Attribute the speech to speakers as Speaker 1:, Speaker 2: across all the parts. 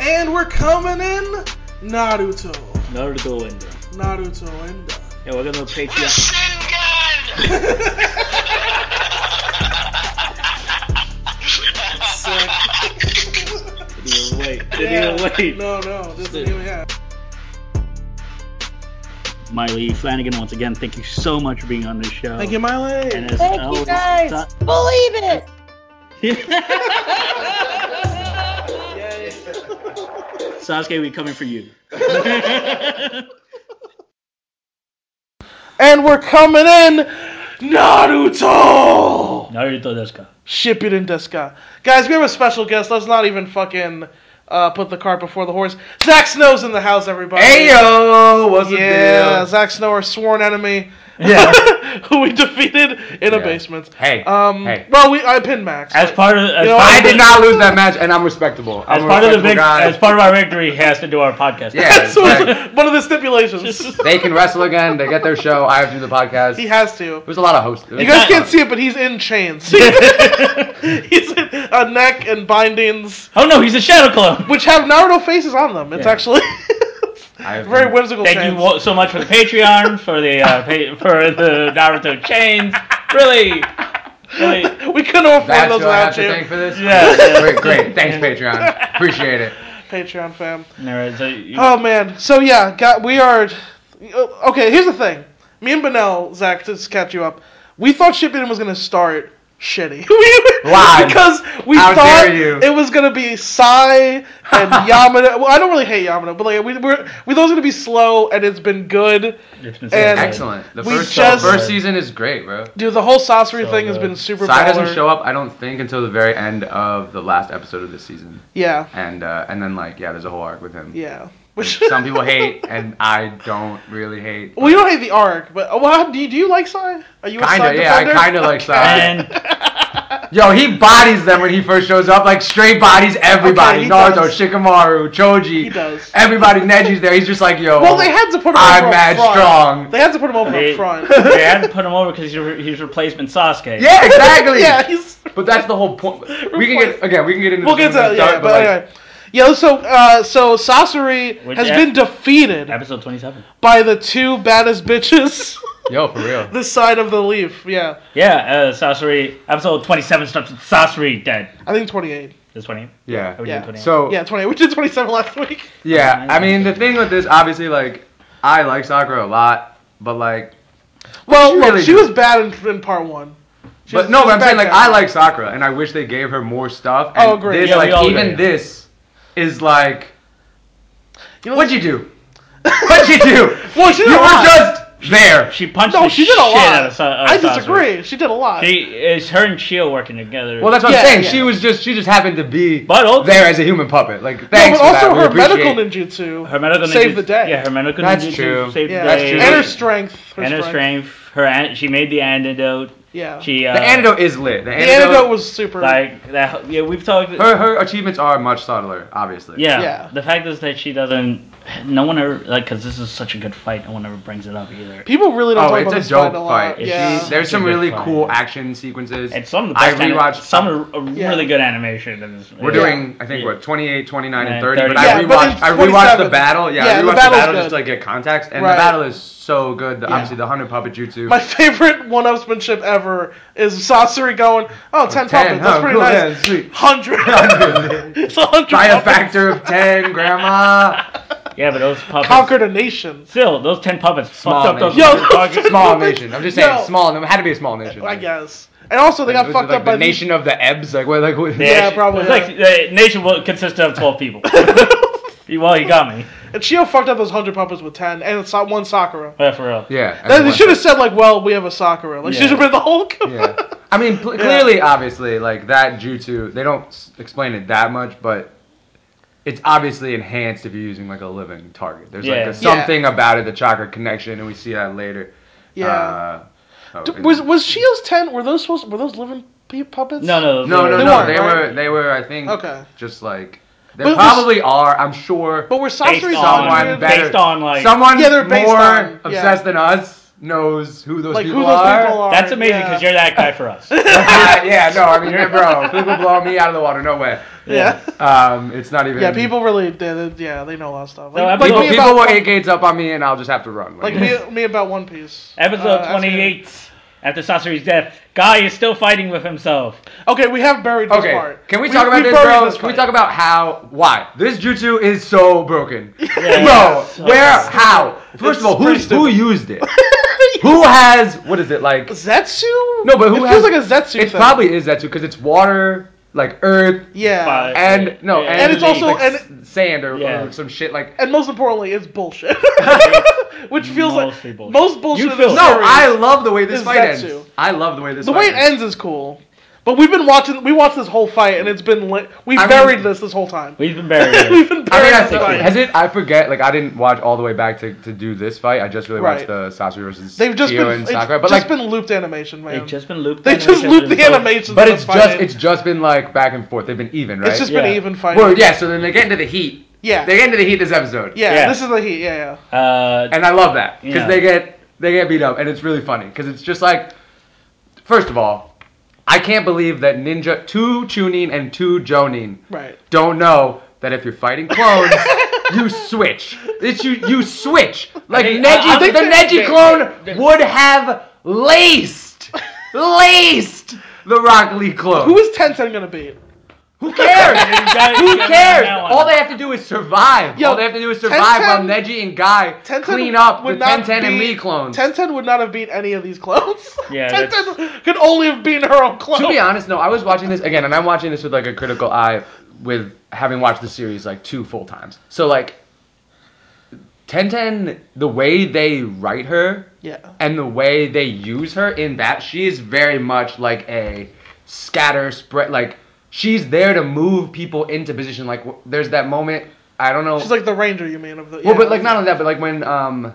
Speaker 1: And we're coming in Naruto.
Speaker 2: Naruto Endo.
Speaker 1: Naruto Endo.
Speaker 2: Yeah, we're gonna
Speaker 3: With a
Speaker 2: Patreon.
Speaker 3: Sengun!
Speaker 2: Didn't even wait. Didn't even
Speaker 1: Yeah.
Speaker 2: wait.
Speaker 1: No, no, this
Speaker 2: Dude.
Speaker 1: didn't even happen.
Speaker 2: Miley Flanagan, once again, thank you so much for being on this show.
Speaker 1: Thank you, Miley.
Speaker 2: And as
Speaker 4: Thank
Speaker 2: always,
Speaker 4: you guys.
Speaker 2: it's
Speaker 4: Believe it.
Speaker 2: Sasuke, we coming for you.
Speaker 1: And we're coming in Naruto!
Speaker 2: Naruto desu ka?
Speaker 1: Shippuden desu ka? Guys, we have a special guest. Let's not even fucking uh, put the cart before the horse. Zack Snow's in the house, everybody.
Speaker 5: Ayo, what's the
Speaker 1: Yeah,
Speaker 5: deal?
Speaker 1: Zack Snow, our sworn enemy,
Speaker 2: Yeah.
Speaker 1: who we defeated in a
Speaker 5: Yeah.
Speaker 1: basement.
Speaker 5: Hey,
Speaker 1: Um,
Speaker 5: hey.
Speaker 1: well, we I pinned Max.
Speaker 2: As part of as
Speaker 1: You know,
Speaker 2: part
Speaker 5: I
Speaker 2: of the-
Speaker 5: did not lose that match, and I'm respectable.
Speaker 2: as
Speaker 5: I'm a
Speaker 2: part of the
Speaker 5: respectable
Speaker 2: vic-
Speaker 5: guy.
Speaker 2: as part of our victory he has to do our podcast.
Speaker 5: Yeah.
Speaker 1: so it's one of the stipulations.
Speaker 5: they can wrestle again. They get their show. I have to do the podcast.
Speaker 1: he
Speaker 5: There's
Speaker 1: has to.
Speaker 5: a lot of hosts.
Speaker 1: You guys can't see it, but he's in chains. he's in a neck and bindings,
Speaker 2: Oh no, he's a shadow clone.
Speaker 1: which have Naruto faces on them. It's
Speaker 2: Yeah.
Speaker 1: actually
Speaker 5: I have
Speaker 1: very whimsical.
Speaker 2: Thank
Speaker 1: chains.
Speaker 2: you wo- so much for the Patreon for the uh, pa- for the Naruto chains. Really, really.
Speaker 1: We couldn't afford
Speaker 5: That's
Speaker 1: those
Speaker 5: who I
Speaker 1: without
Speaker 5: have to
Speaker 1: you,
Speaker 5: thank for this.
Speaker 2: Yeah, yeah.
Speaker 5: Great, great. Thanks, Patreon. Appreciate it.
Speaker 1: Patreon fam.
Speaker 2: All right, so you-
Speaker 1: Oh man. So yeah, got, we are. Okay, here's the thing. Me and Benel, Zach, to just catch you up. We thought Shippuden was gonna start shitty. We-
Speaker 5: Why?
Speaker 1: Because we
Speaker 5: How
Speaker 1: thought
Speaker 5: dare you.
Speaker 1: it was gonna be Sai and Yamada. Well, I don't really hate Yamada, but like we were, we thought it was gonna be slow, and it's been good.
Speaker 2: it's
Speaker 1: and-
Speaker 2: been good.
Speaker 5: Excellent. The
Speaker 1: We
Speaker 5: first
Speaker 1: just-
Speaker 5: first season is great, bro.
Speaker 1: Dude, the whole Sasori
Speaker 2: So
Speaker 1: thing has
Speaker 2: good.
Speaker 1: been super.
Speaker 5: Sai
Speaker 1: baller.
Speaker 5: doesn't show up, I don't think, until the very end of the last episode of this season,
Speaker 1: Yeah,
Speaker 5: and uh, and then like yeah, there's a whole arc with him.
Speaker 1: yeah. Which
Speaker 5: Some people hate, and I don't really hate.
Speaker 1: Well, you don't hate the arc, but well, how- do you, do you like Sai? Are you a Sai
Speaker 5: Kinda, yeah, I
Speaker 1: defender?
Speaker 5: kinda like Sai.
Speaker 2: And
Speaker 5: Yo, he bodies them when he first shows up, like straight bodies everybody.
Speaker 1: Okay, he
Speaker 5: Naruto,
Speaker 1: does.
Speaker 5: Shikamaru, Choji.
Speaker 1: He does.
Speaker 5: Everybody, Neji's there. He's just like, yo.
Speaker 1: Well, they had to put him.
Speaker 5: I'm
Speaker 1: over up
Speaker 5: mad
Speaker 1: front.
Speaker 5: strong.
Speaker 1: They had to put him over
Speaker 2: They-
Speaker 1: up front.
Speaker 2: they had to put him over because he's, re- he's replacement Sasuke.
Speaker 5: Yeah, exactly.
Speaker 1: yeah, he's.
Speaker 5: But that's the whole point. We can
Speaker 1: Replace-
Speaker 5: get again. We can get into.
Speaker 1: We'll
Speaker 5: this
Speaker 1: get
Speaker 5: when
Speaker 1: to
Speaker 5: we
Speaker 1: yeah,
Speaker 5: start,
Speaker 1: but
Speaker 5: like,
Speaker 1: anyway. Yo, so uh, so Sasori
Speaker 2: Which
Speaker 1: has
Speaker 2: ep-
Speaker 1: been defeated
Speaker 2: Episode twenty-seven.
Speaker 1: by the two baddest bitches
Speaker 5: Yo, for real.
Speaker 1: this side of the leaf. Yeah,
Speaker 2: Yeah, uh, Sasori. Episode twenty-seven starts with Sasori dead.
Speaker 1: I think 28.
Speaker 2: This eh? twenty.
Speaker 5: Yeah.
Speaker 1: Yeah.
Speaker 5: So
Speaker 1: Yeah, 28. We did 27 last week.
Speaker 5: yeah, I mean the thing with this, obviously, like I like Sakura a lot, but like,
Speaker 1: Well,
Speaker 5: She
Speaker 1: look,
Speaker 5: really
Speaker 1: she
Speaker 5: did.
Speaker 1: was bad in, in part one. She
Speaker 5: but
Speaker 1: was-
Speaker 5: no,
Speaker 1: she was
Speaker 5: but I'm
Speaker 1: bad
Speaker 5: saying like
Speaker 1: guy.
Speaker 5: I like Sakura, and I wish they gave her more stuff. And
Speaker 1: Oh, agree.
Speaker 5: This,
Speaker 2: Yeah, we
Speaker 5: like
Speaker 2: all
Speaker 5: even
Speaker 2: agree.
Speaker 5: this is like,
Speaker 1: You know,
Speaker 5: what'd you do? What'd you do?
Speaker 1: Well, she did
Speaker 5: You
Speaker 1: a
Speaker 5: were
Speaker 1: lot.
Speaker 5: just there.
Speaker 2: She punched
Speaker 1: No,
Speaker 2: the
Speaker 1: she did a
Speaker 2: shit out
Speaker 1: lot.
Speaker 2: of, Sa- out
Speaker 1: I
Speaker 2: of Sasori.
Speaker 1: disagree. She did a lot.
Speaker 2: She it's her and Shio working together.
Speaker 5: Well, that's what
Speaker 1: Yeah,
Speaker 5: I'm saying.
Speaker 1: yeah.
Speaker 5: She was just she just happened to be
Speaker 2: But also-
Speaker 5: there as a human puppet. Like
Speaker 1: No,
Speaker 5: thanks
Speaker 1: but also
Speaker 5: for that.
Speaker 1: her
Speaker 5: we appreciate.
Speaker 1: medical ninjutsu
Speaker 2: her medical
Speaker 1: saved
Speaker 2: ninjutsu-
Speaker 1: the day.
Speaker 2: Yeah, her medical
Speaker 5: That's
Speaker 2: ninjutsu
Speaker 5: true.
Speaker 2: saved
Speaker 1: Yeah,
Speaker 2: the
Speaker 5: That's
Speaker 2: day.
Speaker 5: true.
Speaker 1: and her strength. Her
Speaker 2: and her
Speaker 1: strength.
Speaker 2: strength. Her an- she made the antidote.
Speaker 1: Yeah.
Speaker 2: She uh,
Speaker 5: The antidote is lit. The
Speaker 1: the
Speaker 5: antidote,
Speaker 1: antidote was super.
Speaker 2: like that. Yeah, we've talked.
Speaker 5: her her achievements are much subtler, obviously.
Speaker 2: yeah,
Speaker 1: Yeah.
Speaker 2: The fact is that she doesn't. No one ever like because this is such a good fight. No one ever brings it up either.
Speaker 1: People really don't
Speaker 5: Oh,
Speaker 1: talk
Speaker 5: it's
Speaker 1: about
Speaker 5: a
Speaker 1: this fight
Speaker 5: dope
Speaker 1: a lot.
Speaker 5: fight.
Speaker 2: It's-
Speaker 1: Yeah.
Speaker 2: It's-
Speaker 5: There's some
Speaker 2: a good
Speaker 5: really
Speaker 2: fight.
Speaker 5: cool action sequences.
Speaker 2: And some of the
Speaker 5: I
Speaker 2: best. anim-
Speaker 5: rewatched-
Speaker 2: some are are
Speaker 1: Yeah.
Speaker 2: really good animation. in this-
Speaker 5: We're
Speaker 2: yeah.
Speaker 5: doing, I think,
Speaker 2: Yeah.
Speaker 5: what 28, 29,
Speaker 2: Yeah,
Speaker 5: and 30. But
Speaker 2: 30.
Speaker 5: I
Speaker 1: Yeah, but
Speaker 5: rewatched,
Speaker 1: it's
Speaker 5: I rewatched
Speaker 1: 27.
Speaker 5: the battle. Yeah,
Speaker 1: Yeah,
Speaker 5: I
Speaker 1: the
Speaker 5: rewatched the
Speaker 1: battle's
Speaker 5: battle
Speaker 1: good.
Speaker 5: just to like get context. And
Speaker 1: Right.
Speaker 5: the battle is so good. The-
Speaker 1: Yeah.
Speaker 5: Obviously, the hundred puppet jutsu.
Speaker 1: My favorite one-upsmanship ever is Sasori going, "Oh, 10 puppets. That's
Speaker 5: huh,
Speaker 1: pretty
Speaker 5: cool,
Speaker 1: nice.
Speaker 5: yeah, sweet.
Speaker 1: Hundred. it's a hundred.
Speaker 5: By a
Speaker 1: puppets.
Speaker 5: factor of ten, grandma.
Speaker 2: Yeah, but those puppets.
Speaker 1: Conquered a nation.
Speaker 2: Still, those ten puppets
Speaker 5: Small
Speaker 2: fucked up those.
Speaker 5: nation.
Speaker 1: Yo,
Speaker 2: targets.
Speaker 5: Small nation. I'm just saying,
Speaker 1: No.
Speaker 5: small. It had to be a small nation.
Speaker 1: I guess. And also, they got
Speaker 5: Was it,
Speaker 1: fucked
Speaker 5: like,
Speaker 1: up
Speaker 5: the
Speaker 1: by these-
Speaker 5: nation of the Ebbs. Like, what, like, who-
Speaker 1: Yeah, probably,
Speaker 2: It's like the nation will consist of twelve people. well, you got me.
Speaker 1: And Shio fucked up those hundred puppets with ten, and so- one Sakura.
Speaker 2: Yeah, for real.
Speaker 5: yeah.
Speaker 1: Then they
Speaker 5: everyone.
Speaker 1: should have said like, "Well, we have a Sakura." Like, she
Speaker 2: Yeah.
Speaker 1: should have been the Hulk.
Speaker 5: Yeah. I mean, pl- clearly, obviously, like that jutsu, they don't s- explain it that much, but it's obviously enhanced if you're using like a living target. There's
Speaker 2: Yeah.
Speaker 5: like
Speaker 2: Yeah.
Speaker 5: a, something about it, the chakra connection, and we see that later.
Speaker 1: Yeah.
Speaker 5: Uh, oh,
Speaker 1: D-
Speaker 5: and-
Speaker 1: was was Shio's ten? Were those supposed? Were those living pe- puppets?
Speaker 2: No, no, those
Speaker 5: no,
Speaker 2: are-
Speaker 5: no,
Speaker 1: They
Speaker 5: no.
Speaker 1: weren't,
Speaker 5: They
Speaker 1: right?
Speaker 5: were, they were. I think.
Speaker 1: Okay.
Speaker 5: Just like they
Speaker 1: But it was-
Speaker 5: probably are. I'm sure.
Speaker 1: But were
Speaker 2: Based
Speaker 1: Sasori's
Speaker 2: on-
Speaker 5: someone
Speaker 1: hundred?
Speaker 5: better.
Speaker 2: Based on like
Speaker 5: Someone
Speaker 1: Yeah, they're based
Speaker 5: more
Speaker 1: on- yeah.
Speaker 5: obsessed than us knows who those,
Speaker 1: Like
Speaker 5: people,
Speaker 1: who those
Speaker 5: are.
Speaker 1: people are.
Speaker 2: That's amazing
Speaker 1: yeah.
Speaker 2: because you're that guy for us.
Speaker 5: yeah, yeah, no, I mean, bro, people blow me out of the water. No way.
Speaker 1: Yeah. yeah.
Speaker 5: Um, it's not even.
Speaker 1: people really did. Yeah, they know a lot of stuff. Like,
Speaker 2: No, I
Speaker 1: like
Speaker 5: People,
Speaker 1: me
Speaker 5: people
Speaker 1: about
Speaker 5: will
Speaker 1: One-
Speaker 5: eight gates up on me, and I'll just have to run.
Speaker 1: like me, me about One Piece.
Speaker 2: Episode
Speaker 1: Uh, ask me-
Speaker 2: 28. After Sasori's death, Guy is still fighting with himself.
Speaker 1: Okay, we have buried this
Speaker 5: Okay,
Speaker 1: part.
Speaker 5: can we talk about this,
Speaker 1: buried
Speaker 5: bro?
Speaker 1: this
Speaker 5: can we
Speaker 1: fight.
Speaker 5: talk about how, why this jutsu is so broken, bro?
Speaker 2: Yeah.
Speaker 5: Where, how?
Speaker 1: It's
Speaker 5: First of all, who
Speaker 1: pretty
Speaker 5: who
Speaker 1: stupid.
Speaker 5: used it? who has what is it like?
Speaker 1: Zetsu?
Speaker 5: No, but who
Speaker 1: it
Speaker 5: has?
Speaker 1: feels like a Zetsu
Speaker 5: It
Speaker 1: thing.
Speaker 5: probably is Zetsu because it's water, like earth,
Speaker 1: yeah.
Speaker 2: Fire.
Speaker 5: and no,
Speaker 2: Yeah.
Speaker 5: and,
Speaker 2: And
Speaker 1: it's also-
Speaker 5: like,
Speaker 1: and-
Speaker 5: s- sand or,
Speaker 2: Yeah.
Speaker 5: or some shit like.
Speaker 1: And most importantly, it's bullshit. Which feels
Speaker 2: Mostly
Speaker 1: like
Speaker 2: bullshit.
Speaker 1: most bullshit.
Speaker 2: You
Speaker 1: in the
Speaker 2: feel-
Speaker 5: No,
Speaker 1: series.
Speaker 5: I love the way this
Speaker 1: Is
Speaker 5: fight ends.
Speaker 1: Zetsu.
Speaker 5: I love the way this.
Speaker 1: The
Speaker 5: fight
Speaker 1: way it
Speaker 5: ends.
Speaker 1: ends is cool, but we've been watching. We watched this whole fight, and it's been lit. We
Speaker 5: I
Speaker 1: buried
Speaker 5: mean-
Speaker 1: this this whole time.
Speaker 2: We've been buried.
Speaker 1: We've been
Speaker 5: I mean,
Speaker 1: buried
Speaker 5: I
Speaker 1: this fight.
Speaker 5: has it? I forget. Like, I didn't watch all the way back to, to do this fight. I just really
Speaker 1: Right.
Speaker 5: watched the Sasori versus
Speaker 1: They've just
Speaker 5: Kyo
Speaker 1: been
Speaker 5: and
Speaker 1: it's
Speaker 5: Sakurai. But
Speaker 1: just
Speaker 5: like,
Speaker 1: been looped animation, man.
Speaker 2: They've just been looped.
Speaker 1: They just
Speaker 2: animations
Speaker 1: looped the
Speaker 2: and so-
Speaker 1: animations.
Speaker 5: but
Speaker 1: of
Speaker 5: it's
Speaker 1: the
Speaker 5: just
Speaker 1: fight.
Speaker 5: it's just been like back and forth. They've been even, right?
Speaker 1: It's just
Speaker 2: Yeah.
Speaker 1: been even fighting.
Speaker 5: well, yeah. So then they get into the heat.
Speaker 1: Yeah.
Speaker 5: They get into the heat this episode.
Speaker 1: yeah,
Speaker 2: Yeah.
Speaker 1: This is the heat. Yeah, yeah.
Speaker 2: Uh,
Speaker 5: And I love that because
Speaker 2: Yeah.
Speaker 5: they get they get beat up, and it's really funny because it's just like, first of all, I can't believe that Ninja two Chunin and two Jonin
Speaker 1: Right.
Speaker 5: don't know that if you're fighting clones, you switch. It's you you switch. Like
Speaker 2: think-
Speaker 5: Neji,
Speaker 2: I- I think
Speaker 5: the
Speaker 1: that-
Speaker 5: Neji clone would have laced, laced the Rock Lee clone.
Speaker 1: Who is Tencent gonna beat?
Speaker 5: Who cares?
Speaker 2: You gotta- you
Speaker 5: Who
Speaker 2: gotta
Speaker 5: cares?
Speaker 2: know that one.
Speaker 5: All they have to do is survive.
Speaker 1: Yo,
Speaker 5: All they have to do is survive while
Speaker 1: 10-10
Speaker 5: Neji and Guy
Speaker 1: Tencent
Speaker 5: clean up
Speaker 1: would
Speaker 5: the
Speaker 1: not
Speaker 5: 1010 and
Speaker 1: beat-
Speaker 5: Lee clones.
Speaker 1: Tencent would not have beat any of these clones.
Speaker 2: Yeah,
Speaker 1: Tencent could only have beaten her own clone.
Speaker 5: to be honest, no, I was watching this again, and I'm watching this with like a critical eye, with having watched the series like two full times. So like, Ten Ten, the way they write her
Speaker 1: yeah.
Speaker 5: and the way they use her in that, she is very much like a scatter spread. Like she's there to move people into position. Like w- there's that moment. I don't know.
Speaker 1: She's like the ranger, you mean? Of the,
Speaker 5: Well,
Speaker 1: yeah.
Speaker 5: but like not only that, but like when um,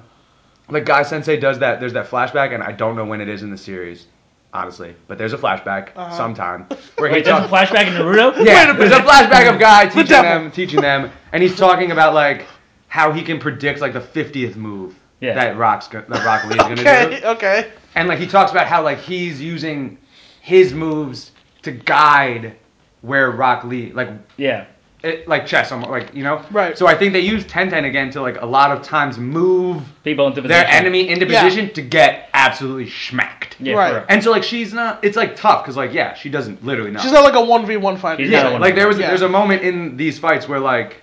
Speaker 5: like Guy Sensei does that, there's that flashback, and I don't know when it is in the series, honestly. But there's a flashback
Speaker 1: Uh-huh.
Speaker 5: sometime where he
Speaker 2: wait, there's a
Speaker 5: talks.
Speaker 2: flashback in Naruto.
Speaker 5: yeah,
Speaker 1: Wait a
Speaker 5: there's a flashback of Guy teaching
Speaker 1: devil.
Speaker 5: them, teaching them, and he's talking about like how he can predict like the fiftieth move
Speaker 2: Yeah.
Speaker 5: that Rock's go- that Rock Lee's gonna do
Speaker 1: Okay. Okay.
Speaker 5: and like he talks about how like he's using his moves to guide where Rock Lee like
Speaker 2: Yeah.
Speaker 5: it, like chess almost like you know
Speaker 1: Right.
Speaker 5: So I think they use Ten Ten again to like a lot of times move
Speaker 2: People into position.
Speaker 5: their enemy into
Speaker 1: Yeah.
Speaker 5: position to get absolutely smacked.
Speaker 2: Yeah,
Speaker 1: Right.
Speaker 2: right.
Speaker 5: And so like she's not it's like tough because like yeah she doesn't literally not.
Speaker 1: She's not like a one v one fighter.
Speaker 2: She's
Speaker 5: yeah
Speaker 2: not a
Speaker 5: like there was
Speaker 1: Yeah.
Speaker 5: there's a moment in these fights where like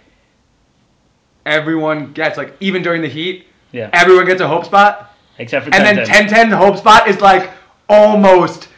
Speaker 5: everyone gets like even during the heat
Speaker 2: Yeah.
Speaker 5: everyone gets a hope spot
Speaker 2: Except for
Speaker 5: and then
Speaker 2: 10-10.
Speaker 5: 10 10 hope spot is like almost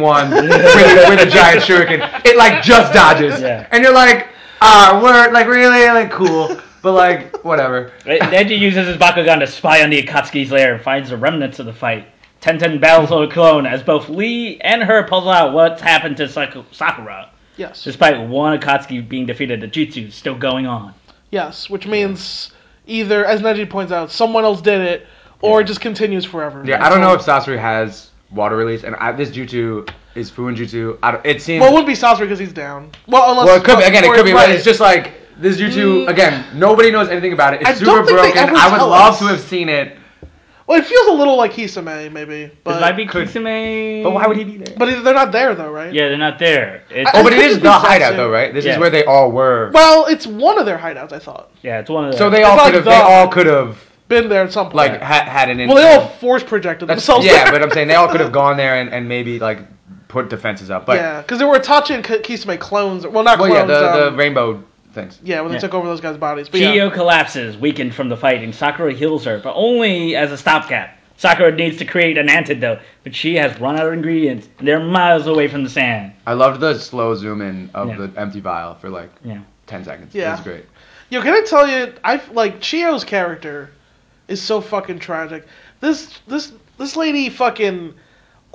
Speaker 5: one with, with a giant shuriken. It like just dodges.
Speaker 2: Yeah.
Speaker 5: And you're like, ah, we're like really like cool, but like whatever.
Speaker 2: Right, Neji uses his Bakugan to spy on the Akatsuki's lair and finds the remnants of the fight. Tenten battles over clone as both Lee and her puzzle out what's happened to Saku- Sakura.
Speaker 1: Yes.
Speaker 2: Despite one Akatsuki being defeated, the jutsu is still going on.
Speaker 1: Yes, which means either, as Neji points out, someone else did it, or it just continues forever.
Speaker 5: Yeah, I don't know if Sasori has water release, and I, this jutsu is Fuin jutsu. I don't, it seems.
Speaker 1: Well, it wouldn't be Sasori because he's down. Well, unless
Speaker 5: Well, it could be
Speaker 1: well,
Speaker 5: again. It
Speaker 1: or-
Speaker 5: could be.
Speaker 1: right.
Speaker 5: Right. It's just like this YouTube
Speaker 1: Mm.
Speaker 5: again. Nobody knows anything about it. It's
Speaker 1: I
Speaker 5: super
Speaker 1: don't think they
Speaker 5: broken.
Speaker 1: ever
Speaker 5: I would
Speaker 1: tell
Speaker 5: love
Speaker 1: us.
Speaker 5: to have seen it,
Speaker 1: Well, it feels a little like Hisame, maybe,
Speaker 2: This
Speaker 1: but
Speaker 2: might be
Speaker 5: could-
Speaker 2: Kisame.
Speaker 5: but why would he be there?
Speaker 1: but they're not there though, right?
Speaker 2: Yeah, they're not there. It's,
Speaker 5: oh, but
Speaker 1: I
Speaker 5: it
Speaker 1: think
Speaker 5: is
Speaker 1: it's
Speaker 5: the
Speaker 1: Sasori.
Speaker 5: hideout though, right? This
Speaker 2: Yeah.
Speaker 5: is where they all were.
Speaker 1: Well, it's one of their hideouts, I thought.
Speaker 2: yeah, it's one of the.
Speaker 5: so they all
Speaker 1: It's like
Speaker 5: could have.
Speaker 1: the-
Speaker 5: They all could have
Speaker 1: Been there at some point.
Speaker 5: like ha- had an.
Speaker 1: well, they
Speaker 5: influence.
Speaker 1: all force projected
Speaker 5: That's-
Speaker 1: themselves.
Speaker 5: yeah,
Speaker 1: there.
Speaker 5: but uh, I'm saying they all could have gone there and, and maybe like put defenses up. But
Speaker 1: yeah, because there were Itachi and K- Kisame clones. Well, not
Speaker 5: well, yeah,
Speaker 1: clones.
Speaker 5: the,
Speaker 1: um,
Speaker 5: the rainbow things.
Speaker 1: yeah, when they
Speaker 2: Yeah. uh,
Speaker 1: took over those guys' bodies. But yeah.
Speaker 2: Geo
Speaker 5: uh,
Speaker 2: collapses, weakened from the fighting. Sakura heals her, but only as a stopgap. Sakura needs to create an antidote, but she has run out of ingredients. and They're miles away from the sand.
Speaker 5: I loved the slow zoom in of
Speaker 2: Yeah.
Speaker 5: the empty vial for like
Speaker 2: Yeah.
Speaker 5: ten seconds.
Speaker 1: Yeah.
Speaker 5: it was great.
Speaker 1: Yo, can I tell you? I like Chio's character is so fucking tragic. This this this lady fucking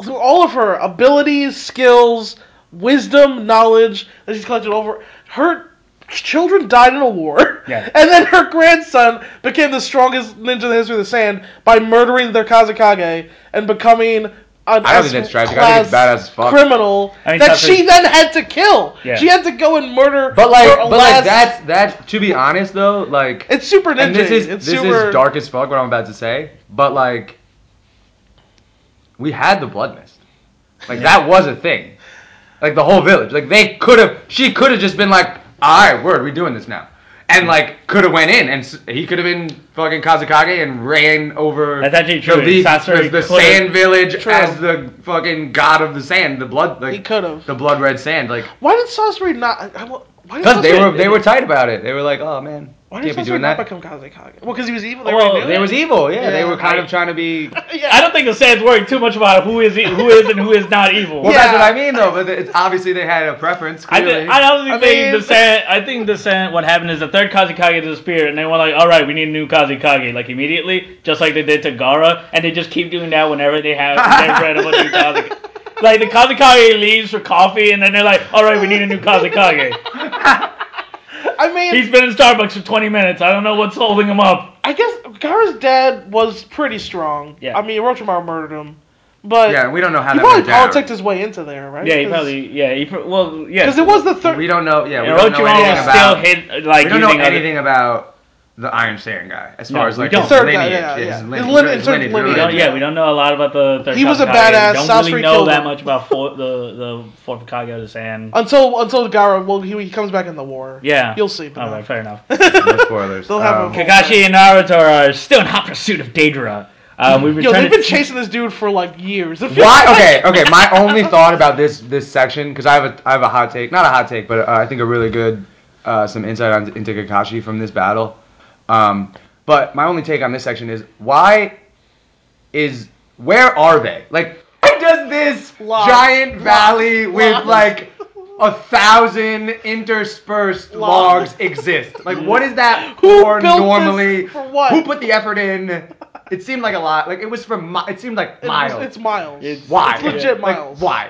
Speaker 1: through all of her abilities, skills, wisdom, knowledge that she's collected over her children died in a war.
Speaker 2: Yeah.
Speaker 1: And then her grandson became the strongest ninja in the history of the sand by murdering their Kazakage and becoming an
Speaker 5: I don't think that's tragic. I think it's
Speaker 1: S-class
Speaker 5: badass as fuck.
Speaker 1: criminal
Speaker 2: I mean,
Speaker 1: that
Speaker 2: Sasori-
Speaker 1: she then had to kill.
Speaker 2: Yeah.
Speaker 1: She had to go and murder.
Speaker 5: But like,
Speaker 1: her
Speaker 5: but
Speaker 1: last-
Speaker 5: like that's that. To be honest though, like
Speaker 1: it's super ninja.
Speaker 5: and this is
Speaker 1: it's
Speaker 5: this
Speaker 1: super
Speaker 5: is dark as fuck what I'm about to say. But like, we had the blood mist. Like that was a thing. Like the whole village. Like they could have. She could have just been like, "All right, word, we doing this now," and like could have went in, and s- he could have been fucking Kazakage and ran over
Speaker 2: That's actually true.
Speaker 5: the, leaf-
Speaker 2: Sasori
Speaker 5: the, the
Speaker 2: could've-
Speaker 5: sand village
Speaker 1: True.
Speaker 5: as the fucking god of the sand, the blood, like
Speaker 1: He could've.
Speaker 5: the blood red sand, like
Speaker 1: Why did Sasori not? I- I, wa- why did
Speaker 5: because they
Speaker 1: Sasori-
Speaker 5: were they were tight about it. They were like, "Oh man,
Speaker 1: Why did
Speaker 5: can't be
Speaker 1: Sasori
Speaker 5: doing
Speaker 1: not
Speaker 5: that." Oh,
Speaker 1: become Kazekage? Well, because he was evil. They
Speaker 2: Well,
Speaker 1: already knew
Speaker 5: They
Speaker 1: it.
Speaker 5: was evil, yeah. They
Speaker 1: Yeah.
Speaker 5: were kind of trying to be.
Speaker 1: Yeah.
Speaker 2: I don't think the Sands worry too much about who is e- who is and who is not evil.
Speaker 5: Well,
Speaker 1: Yeah.
Speaker 5: that's what I mean, though. But it's obviously they had a preference.
Speaker 2: I,
Speaker 5: Clearly.
Speaker 2: th- I honestly
Speaker 1: I
Speaker 2: think
Speaker 1: mean-
Speaker 2: the Sand. I think the Sand. What happened is the third Kazekage disappeared, and they were like, "All right, we need a new Kazekage," like immediately, just like they did to Gara, and they just keep doing that whenever they have their bread of a new Kazekage. Like the Kazekage leaves for coffee, and then they're like, "All right, we need a new Kazekage."
Speaker 1: I mean,
Speaker 2: He's been in Starbucks for 20 minutes. I don't know what's holding him up.
Speaker 1: I guess Gara's dad was pretty strong.
Speaker 2: Yeah.
Speaker 1: I mean, Orochimaru murdered him, but
Speaker 5: yeah, we don't know how
Speaker 1: he
Speaker 5: that
Speaker 1: probably
Speaker 5: went down.
Speaker 1: politicked his way into there, right?
Speaker 2: Yeah, he
Speaker 1: Cause,
Speaker 2: probably. Yeah, he. Pr- well, yeah.
Speaker 1: Because it was the third.
Speaker 5: We don't know. Yeah, we
Speaker 2: And
Speaker 5: don't know
Speaker 2: Orochimaru
Speaker 5: anything
Speaker 2: was
Speaker 5: about.
Speaker 2: still hid, like,
Speaker 5: we don't know
Speaker 2: using other-
Speaker 5: anything about the Iron Saiyan guy as
Speaker 2: No,
Speaker 5: far as
Speaker 2: we
Speaker 5: like
Speaker 2: don't.
Speaker 5: his
Speaker 1: The third
Speaker 5: lineage.
Speaker 1: guy, yeah,
Speaker 5: his
Speaker 1: yeah.
Speaker 5: lin-
Speaker 1: His lim- in
Speaker 5: his
Speaker 1: terms
Speaker 5: lineage,
Speaker 1: of lineage,
Speaker 2: We
Speaker 5: really.
Speaker 2: don't, yeah, we don't know a lot about the third
Speaker 1: He was a
Speaker 2: Kazekage, and
Speaker 1: badass.
Speaker 2: Don't
Speaker 1: Sasori
Speaker 2: really know
Speaker 1: killed
Speaker 2: that
Speaker 1: him.
Speaker 2: much about four, the the fourth Kage of the Sand.
Speaker 1: Until until Gara, well, he, he comes back in the war.
Speaker 2: Yeah.
Speaker 1: you'll see.
Speaker 2: All right, fair enough.
Speaker 5: No spoilers.
Speaker 1: They'll have
Speaker 5: Um,
Speaker 1: a-
Speaker 2: Kakashi and Naruto are still in hot pursuit of Daedra. Um, we've been
Speaker 1: Yo,
Speaker 2: trying
Speaker 1: they've
Speaker 2: to-
Speaker 1: been chasing this dude for like years.
Speaker 5: why? Okay, okay. My only thought about this this section because I have a I have a hot take, not a hot take, but uh, I think a really good uh, some insight on, into Kakashi from this battle. Um, but my only take on this section is why is where are they? Like, why does this
Speaker 1: Lost.
Speaker 5: giant
Speaker 1: Lost.
Speaker 5: valley with
Speaker 1: Lost.
Speaker 5: like a thousand interspersed
Speaker 1: Lost.
Speaker 5: logs exist? Like, what is that
Speaker 1: Who
Speaker 5: for
Speaker 1: built this
Speaker 5: normally?
Speaker 1: for what?
Speaker 5: Who put the effort in? It seemed like a lot. Like it was for. Mi- it seemed like
Speaker 1: It was-
Speaker 5: miles.
Speaker 1: It's miles.
Speaker 2: It's-
Speaker 5: Why?
Speaker 1: It's legit
Speaker 5: Like,
Speaker 1: miles.
Speaker 5: why?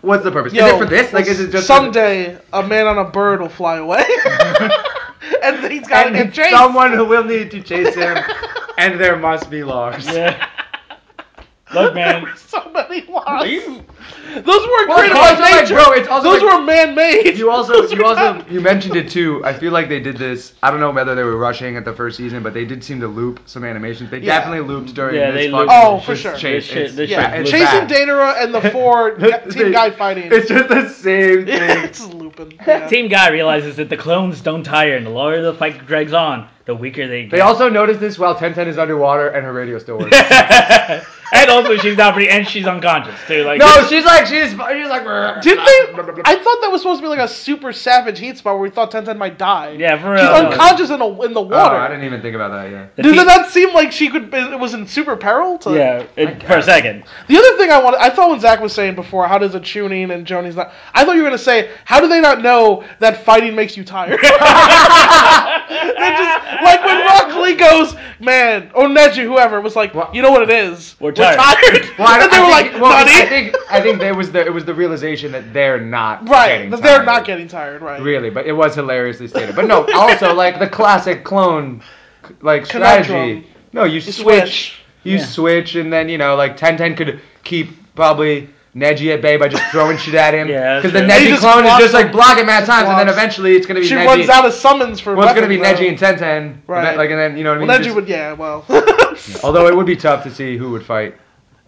Speaker 5: What's the purpose?
Speaker 1: Yo,
Speaker 5: is it for this? Like, is it just for
Speaker 1: someday a man on a bird will fly away, and he's
Speaker 5: th-
Speaker 1: got to get
Speaker 5: and
Speaker 1: chased?
Speaker 5: someone who will need to chase him, and there must be logs.
Speaker 2: Yeah. Look,
Speaker 1: There
Speaker 2: man.
Speaker 1: were so many logs.
Speaker 5: You,
Speaker 1: Those weren't
Speaker 5: Well, it's
Speaker 1: created
Speaker 5: also
Speaker 1: by
Speaker 5: like,
Speaker 1: nature.
Speaker 5: bro, it's also
Speaker 1: Those
Speaker 5: like-
Speaker 1: were man-made.
Speaker 5: you also,
Speaker 1: Those
Speaker 5: you
Speaker 1: were
Speaker 5: also,
Speaker 1: not-
Speaker 5: you mentioned it too. I feel like they did this. I don't know whether they were rushing at the first season, but they did seem to loop some animations. They
Speaker 1: Yeah.
Speaker 5: definitely looped during
Speaker 2: Yeah,
Speaker 5: this
Speaker 2: they
Speaker 5: fucking
Speaker 2: looped.
Speaker 1: Oh, for
Speaker 5: this
Speaker 1: sure.
Speaker 5: chase.
Speaker 2: This shit-
Speaker 5: It's-
Speaker 2: this
Speaker 1: Yeah,
Speaker 2: shit
Speaker 5: it's
Speaker 2: was
Speaker 1: chasing
Speaker 5: bad.
Speaker 1: Datara and the four ga-
Speaker 5: They-
Speaker 1: team guy fighting.
Speaker 5: It's just the same thing.
Speaker 1: It's looping. Yeah.
Speaker 2: Team Guy realizes that the clones don't tire, and the longer the fight drags on, the weaker they get.
Speaker 5: They also noticed this while Ten Ten is underwater and her radio still works.
Speaker 2: and also, she's not pretty, and she's unconscious too. Like
Speaker 5: no, she's like she's she's like.
Speaker 1: Did they? I thought that was supposed to be like a super savage heat spot where we thought Tenten might die.
Speaker 2: yeah, for
Speaker 1: She's
Speaker 2: real.
Speaker 1: unconscious in, a, in the
Speaker 5: Oh,
Speaker 1: water.
Speaker 5: I didn't even think about that. Yeah.
Speaker 2: The
Speaker 1: Did
Speaker 2: team-
Speaker 1: it not seem like she could? It was in super peril. To,
Speaker 2: Yeah, it, for a second.
Speaker 1: The other thing I wanted, I thought when Zach was saying before, how does a tuning and Joni's not? I thought you were gonna say, how do they not know that fighting makes you tired? they just like when Rock Lee goes, man, or Neji, whoever was like,
Speaker 5: Well-
Speaker 1: you know what it is?
Speaker 2: We're tired."
Speaker 5: Well, I,
Speaker 1: and they
Speaker 5: I
Speaker 1: were
Speaker 5: think,
Speaker 1: like,
Speaker 5: well,
Speaker 1: "Not
Speaker 5: I
Speaker 1: eating."
Speaker 5: think I think there was the it was the realization that they're not
Speaker 1: right,
Speaker 5: getting
Speaker 1: that they're
Speaker 5: tired,
Speaker 1: not getting tired, right?
Speaker 5: really, but it was hilariously stated. But no, also like the classic clone like
Speaker 1: Conundrum.
Speaker 5: strategy. No, you
Speaker 1: You
Speaker 5: switch,
Speaker 1: switch.
Speaker 5: you
Speaker 2: Yeah.
Speaker 5: switch, and then you know like Ten Ten could keep probably. Neji at bay by just throwing shit at him.
Speaker 2: Yeah, that's
Speaker 5: Because the
Speaker 2: true.
Speaker 1: He
Speaker 5: Neji
Speaker 1: just
Speaker 5: clone is
Speaker 1: blocks
Speaker 5: just
Speaker 1: him.
Speaker 5: like blocking him at
Speaker 1: Just
Speaker 5: times, and then
Speaker 1: blocks.
Speaker 5: eventually it's gonna be
Speaker 1: She
Speaker 5: Neji.
Speaker 1: runs out of summons for.
Speaker 5: well, it's gonna be
Speaker 1: weapons,
Speaker 5: Neji and
Speaker 1: though.
Speaker 5: Ten Ten,
Speaker 1: Right.
Speaker 5: Like and then you know what
Speaker 1: Well,
Speaker 5: I mean.
Speaker 1: Neji
Speaker 5: Just-
Speaker 1: would, yeah, well.
Speaker 5: Although it would be tough to see who would fight.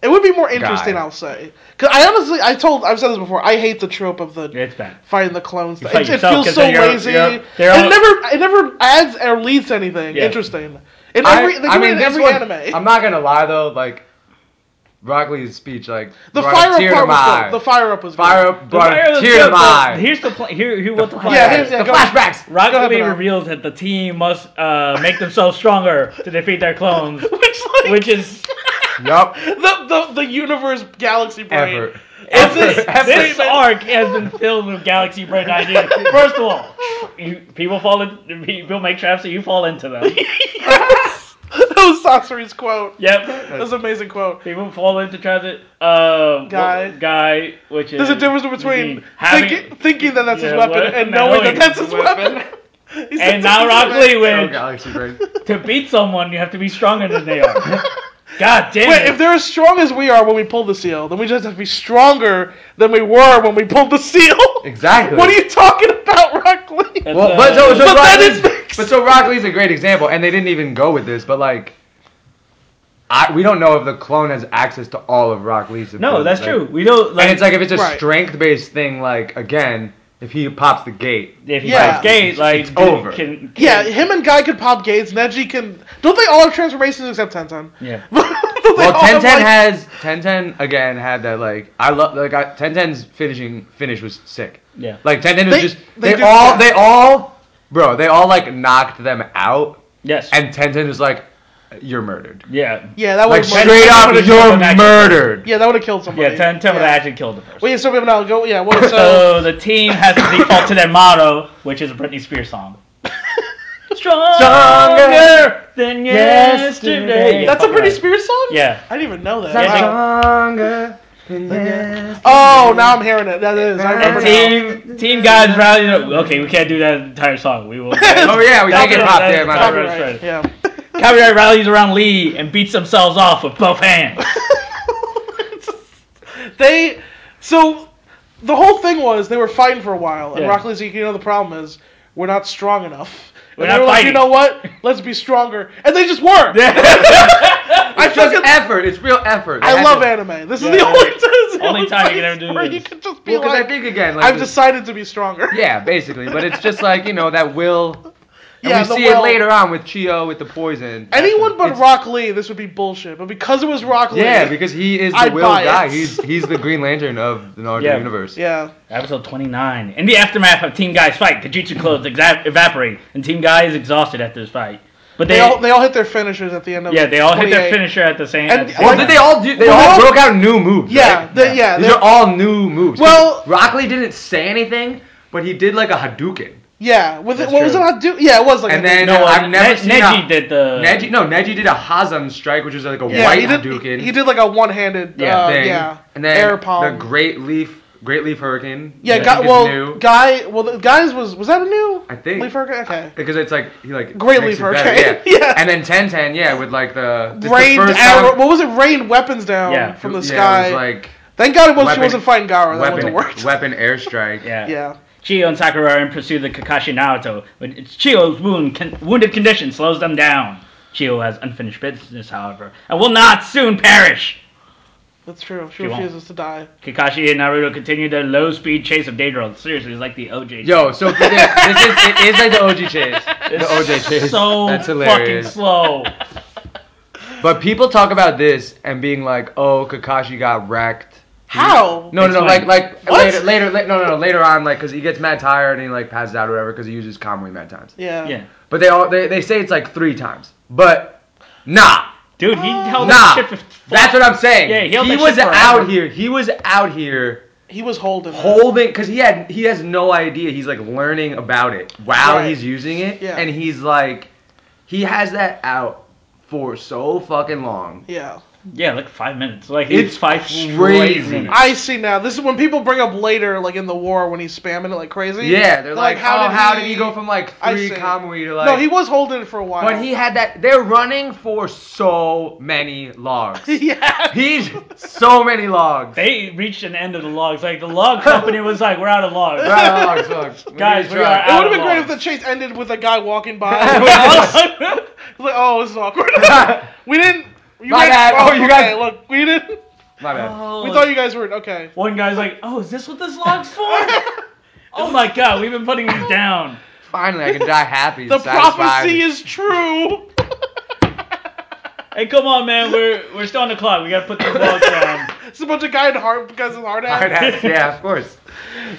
Speaker 1: It would be more interesting,
Speaker 5: Guy.
Speaker 1: I'll say. Because I honestly, I told, I've said this before. I hate the trope of the
Speaker 2: It's bad.
Speaker 1: fighting the clones.
Speaker 2: You
Speaker 1: It,
Speaker 2: fight
Speaker 1: it
Speaker 2: yourself,
Speaker 1: feels
Speaker 2: 'cause
Speaker 1: so
Speaker 2: then you're-
Speaker 1: lazy.
Speaker 2: you're- they're
Speaker 1: it
Speaker 2: all-
Speaker 1: never, it never adds or leads to anything
Speaker 2: Yeah.
Speaker 1: interesting. In every, they do it in
Speaker 5: this
Speaker 1: every
Speaker 5: one-
Speaker 1: anime.
Speaker 5: I'm not gonna lie though, like Rock Lee's speech, like
Speaker 1: the
Speaker 5: brought a
Speaker 1: fire
Speaker 5: tear
Speaker 1: up
Speaker 5: to
Speaker 1: part
Speaker 5: my
Speaker 1: was
Speaker 5: eye.
Speaker 1: good. The fire up was
Speaker 5: fire
Speaker 1: good.
Speaker 5: up brought
Speaker 2: Fire
Speaker 5: a
Speaker 2: was
Speaker 5: tear
Speaker 2: good,
Speaker 5: to my
Speaker 2: but
Speaker 5: eye.
Speaker 2: Here's the pla Here, here what the plan
Speaker 1: Yeah,
Speaker 2: is.
Speaker 1: here's- yeah,
Speaker 5: the
Speaker 1: go-
Speaker 5: flashbacks.
Speaker 2: Rock
Speaker 1: Go ahead,
Speaker 2: Lee
Speaker 1: Manal.
Speaker 2: reveals that the team must uh, make themselves stronger to defeat their clones,
Speaker 1: Which, like,
Speaker 2: which is
Speaker 5: yup.
Speaker 1: the, the, the universe galaxy brain.
Speaker 5: Ever.
Speaker 2: If
Speaker 5: Ever.
Speaker 2: this,
Speaker 5: Ever.
Speaker 2: this arc has been filled with galaxy brain ideas. First of all, you, people fall in, people make traps, so you fall into them.
Speaker 1: Yes! that was Sasori's quote. That
Speaker 2: Yep.
Speaker 1: was an amazing quote.
Speaker 2: People fall into traps. that, Uh,
Speaker 1: Guy.
Speaker 2: wh- guy, which is
Speaker 1: There's a difference between
Speaker 2: having-
Speaker 1: thinking, thinking that that's
Speaker 2: Yeah,
Speaker 1: his weapon
Speaker 2: what-
Speaker 1: and
Speaker 2: no,
Speaker 1: knowing that
Speaker 2: it's
Speaker 1: that's his
Speaker 2: a weapon.
Speaker 1: weapon. He said
Speaker 2: and now
Speaker 1: it's a
Speaker 2: Rock
Speaker 1: weapon.
Speaker 2: Lee
Speaker 5: Oh,
Speaker 2: wins.
Speaker 5: Galaxy Brain.
Speaker 2: to beat someone, you have to be stronger than they are. God damn
Speaker 1: Wait,
Speaker 2: it.
Speaker 1: if they're as strong as we are when we pulled the seal, then we just have to be stronger than we were when we pulled the seal.
Speaker 5: Exactly.
Speaker 1: What are you talking about, Rock Lee?
Speaker 2: That's,
Speaker 5: Well,
Speaker 2: uh,
Speaker 5: but so, so
Speaker 1: But
Speaker 5: Rock
Speaker 1: that
Speaker 5: Lee's-
Speaker 1: is mixed.
Speaker 5: but so Rock Lee's a great example, and they didn't even go with this, but like I, we don't know if the clone has access to all of Rock Lee's.
Speaker 2: No,
Speaker 5: abilities,
Speaker 2: that's
Speaker 5: like-
Speaker 2: true. We don't. Like,
Speaker 5: and it's like if it's a
Speaker 1: Right.
Speaker 5: strength based thing, like again, if he pops the gate,
Speaker 2: if he
Speaker 1: Yeah.
Speaker 2: yeah, gate, like
Speaker 5: It's
Speaker 2: dude,
Speaker 5: over.
Speaker 2: Can, can,
Speaker 1: Yeah, him and Guy could pop gates. Neji can. Don't they all have transformations except Tenten?
Speaker 2: yeah.
Speaker 5: well, ten ten has ten ten again had that like I love like I, 1010's finishing finish was sick.
Speaker 2: Yeah.
Speaker 5: Like ten ten was
Speaker 1: They-
Speaker 5: just
Speaker 1: they
Speaker 5: they,
Speaker 1: do-
Speaker 5: all
Speaker 1: yeah.
Speaker 5: they all bro they all like knocked them out,
Speaker 2: Yes.
Speaker 5: and ten ten was like, you're murdered.
Speaker 2: yeah.
Speaker 1: Yeah, that would
Speaker 5: Like
Speaker 1: have
Speaker 5: straight up,
Speaker 2: would've
Speaker 5: you're
Speaker 2: killed him,
Speaker 5: murdered.
Speaker 1: Yeah, that would have killed somebody.
Speaker 2: Yeah. Ten ten would have actually killed the person.
Speaker 1: Wait, so we have now go. Yeah, what? So
Speaker 2: So the team has to default to their motto, which is a Britney Spears song. Stronger,
Speaker 5: Stronger
Speaker 2: than
Speaker 5: yesterday.
Speaker 2: yesterday.
Speaker 1: that's a
Speaker 2: Fuck
Speaker 1: Britney
Speaker 2: right.
Speaker 1: Spears song.
Speaker 2: Yeah.
Speaker 1: I didn't even know that.
Speaker 2: Yeah.
Speaker 1: Wow.
Speaker 5: Stronger than yesterday.
Speaker 1: Oh, now I'm hearing it. That is. I remember
Speaker 2: And
Speaker 1: now.
Speaker 2: team team guys rallied. Okay, we can't do that entire song. We will.
Speaker 5: Oh yeah, we
Speaker 2: That's
Speaker 5: take it
Speaker 2: what-
Speaker 5: pop
Speaker 2: that's
Speaker 5: there, my
Speaker 2: what-
Speaker 5: friend.
Speaker 1: Copyright. Yeah.
Speaker 2: Copyright rallies around Lee and beats themselves off with both hands.
Speaker 1: they so the whole thing was they were fighting for a while, and
Speaker 2: Yeah.
Speaker 1: Rock Lee's like, you know, the problem is we're not strong enough.
Speaker 2: We're
Speaker 1: and
Speaker 2: not
Speaker 1: they were like, you
Speaker 2: fighting."
Speaker 1: know what? Let's be stronger, and they just were. I
Speaker 5: It's just
Speaker 1: fucking-
Speaker 5: effort. It's real effort.
Speaker 1: I
Speaker 5: They
Speaker 1: love
Speaker 5: had to-
Speaker 1: anime. This
Speaker 2: Yeah,
Speaker 1: is the
Speaker 2: yeah.
Speaker 1: only, this is the
Speaker 2: Only time you can
Speaker 1: place
Speaker 2: ever do
Speaker 1: where you
Speaker 2: this.
Speaker 1: can just be
Speaker 5: Well, because
Speaker 1: like,
Speaker 5: I think again, like
Speaker 1: I've
Speaker 5: the-
Speaker 1: decided to be stronger.
Speaker 5: Yeah, basically. But it's just like, you know, that will. And
Speaker 1: Yeah,
Speaker 5: we
Speaker 1: the
Speaker 5: see
Speaker 1: will.
Speaker 5: it later on with Chio with the poison.
Speaker 1: Anyone but
Speaker 5: It's-
Speaker 1: Rock Lee, this would be bullshit. But because it was Rock Lee,
Speaker 5: Yeah, because he is the
Speaker 1: I'd
Speaker 5: will
Speaker 1: buy it.
Speaker 5: guy. He's he's the Green Lantern of the Naruto
Speaker 2: Yeah.
Speaker 5: universe.
Speaker 1: yeah,
Speaker 2: Episode 29. In the aftermath of Team Guy's fight, Kajutsu clothes exa- evaporate, and Team Guy is exhausted after this fight. But
Speaker 1: they,
Speaker 2: they,
Speaker 1: all they all hit their finishers at the end of
Speaker 2: yeah, they all hit their
Speaker 1: 28.
Speaker 2: finisher at the same.
Speaker 1: And-
Speaker 2: at the same
Speaker 5: Well,
Speaker 1: Like-
Speaker 5: did
Speaker 2: time.
Speaker 5: they all do? They
Speaker 1: Well,
Speaker 5: all
Speaker 1: they all-
Speaker 5: broke out new moves.
Speaker 1: Yeah,
Speaker 5: right?
Speaker 1: they, yeah,
Speaker 5: These
Speaker 1: they-
Speaker 5: are all new moves.
Speaker 1: Well-
Speaker 5: Rockley didn't say anything, but he did like a Hadouken.
Speaker 1: yeah. With it,
Speaker 2: That's
Speaker 1: what was it?
Speaker 2: true.
Speaker 1: Not do- yeah, it was like
Speaker 5: And
Speaker 1: a-
Speaker 5: then
Speaker 2: No,
Speaker 5: I've
Speaker 2: uh,
Speaker 5: never
Speaker 2: Ne-
Speaker 5: seen
Speaker 2: Neji
Speaker 5: a-
Speaker 2: did the.
Speaker 5: Neji, no, Neji did a Hazam strike, which is like a
Speaker 1: Yeah,
Speaker 5: white
Speaker 1: he did.
Speaker 5: Hadouken.
Speaker 1: He did like a one-handed.
Speaker 2: Yeah,
Speaker 1: uh,
Speaker 5: thing.
Speaker 1: yeah.
Speaker 5: And then
Speaker 1: air palm.
Speaker 5: the Great Leaf, Great Leaf Hurricane.
Speaker 1: yeah,
Speaker 5: I
Speaker 1: guy,
Speaker 5: think is
Speaker 1: well,
Speaker 5: new.
Speaker 1: guy. Well, the guys was was that a new?
Speaker 5: I think-
Speaker 1: Leaf Hurricane. Okay.
Speaker 5: Because it's like he like
Speaker 1: Great
Speaker 5: makes
Speaker 1: Leaf
Speaker 5: it better,
Speaker 1: Hurricane.
Speaker 5: yeah.
Speaker 1: Yeah.
Speaker 5: And then ten ten, yeah, with like the this is
Speaker 1: Rained
Speaker 5: the first time-
Speaker 1: arrow. What was it? Rained weapons down
Speaker 2: Yeah.
Speaker 1: from the
Speaker 5: yeah,
Speaker 1: sky.
Speaker 5: It was like
Speaker 1: Thank God it was, she
Speaker 5: weapon-
Speaker 1: wasn't fighting Gara. That
Speaker 5: weapon
Speaker 1: wouldn't have worked.
Speaker 5: weapon airstrike.
Speaker 2: Yeah.
Speaker 1: Yeah.
Speaker 2: Chio and Sakura are in pursuit of Kakashi and Naruto, but it's Chio's wound con- wounded condition slows them down. Chio has unfinished business, however, and will not soon perish.
Speaker 1: That's true. She,
Speaker 2: She won't.
Speaker 1: refuses to die.
Speaker 2: Kakashi and Naruto continue their low-speed chase of Daedra. Seriously, it's like the OJ.
Speaker 5: Yo, so this, this is it is like the OG chase, the OJ chase.
Speaker 2: so
Speaker 5: That's
Speaker 2: fucking
Speaker 5: hilarious.
Speaker 2: slow.
Speaker 5: But people talk about this and being like, "Oh, Kakashi got wrecked."
Speaker 1: How?
Speaker 5: No, no, no, like
Speaker 2: Explain.
Speaker 5: like
Speaker 1: What?
Speaker 5: later, later, la- no, no, no, later on, like because he gets mad tired and he like passes out or whatever because he uses Kamui mad times.
Speaker 1: Yeah.
Speaker 2: yeah,
Speaker 5: But they all they, they say it's like three times. But nah,
Speaker 2: dude, he held
Speaker 5: nah.
Speaker 2: that shit for.
Speaker 5: That's what I'm saying.
Speaker 2: Yeah, he held that
Speaker 5: was
Speaker 2: shit forever.
Speaker 5: out here. He was out here
Speaker 1: He was holding. her.
Speaker 5: holding because he had he has no idea. He's like learning about it while
Speaker 1: Right.
Speaker 5: he's using it,
Speaker 1: Yeah.
Speaker 5: and he's like he has that out for so fucking long.
Speaker 1: Yeah.
Speaker 2: Yeah, like five minutes. Like it's,
Speaker 5: It's
Speaker 2: five
Speaker 5: crazy.
Speaker 2: straight minutes.
Speaker 1: I see now. This is when people bring up later, like in the war, when he's spamming it like crazy.
Speaker 5: Yeah, they're like, how, oh, how did he go from like
Speaker 1: I
Speaker 5: three
Speaker 1: see.
Speaker 5: Kamui to like?
Speaker 1: no, he was holding it for a while.
Speaker 5: But he had that. They're running for so many logs.
Speaker 1: yeah.
Speaker 5: He's so many logs.
Speaker 2: they reached an end of the logs. Like the log company was like, "We're out of logs."
Speaker 5: We're out of logs, logs. We need
Speaker 2: Guys,
Speaker 5: to
Speaker 2: we
Speaker 5: try.
Speaker 1: It
Speaker 2: are
Speaker 1: would have been
Speaker 2: Outlawed.
Speaker 1: great if the chase ended with a guy walking by. It's like, oh, this is awkward. we didn't. You
Speaker 5: My
Speaker 1: guys,
Speaker 5: bad.
Speaker 1: Oh,
Speaker 5: Oh, you
Speaker 1: okay,
Speaker 5: guys-
Speaker 1: Look, we didn't.
Speaker 5: My bad.
Speaker 2: Oh,
Speaker 1: We thought you guys were okay.
Speaker 2: One guy's like, "Oh, is this what this log's for?" oh my god, we've been putting these down.
Speaker 5: Finally, I can die happy. and
Speaker 1: The
Speaker 5: satisfied.
Speaker 1: prophecy is true.
Speaker 2: Hey, come on, man, we're we're still on the clock. We gotta put these logs down.
Speaker 1: it's a bunch of guy in heart because of hard
Speaker 5: Hard
Speaker 1: ass.
Speaker 5: ass, yeah, of course.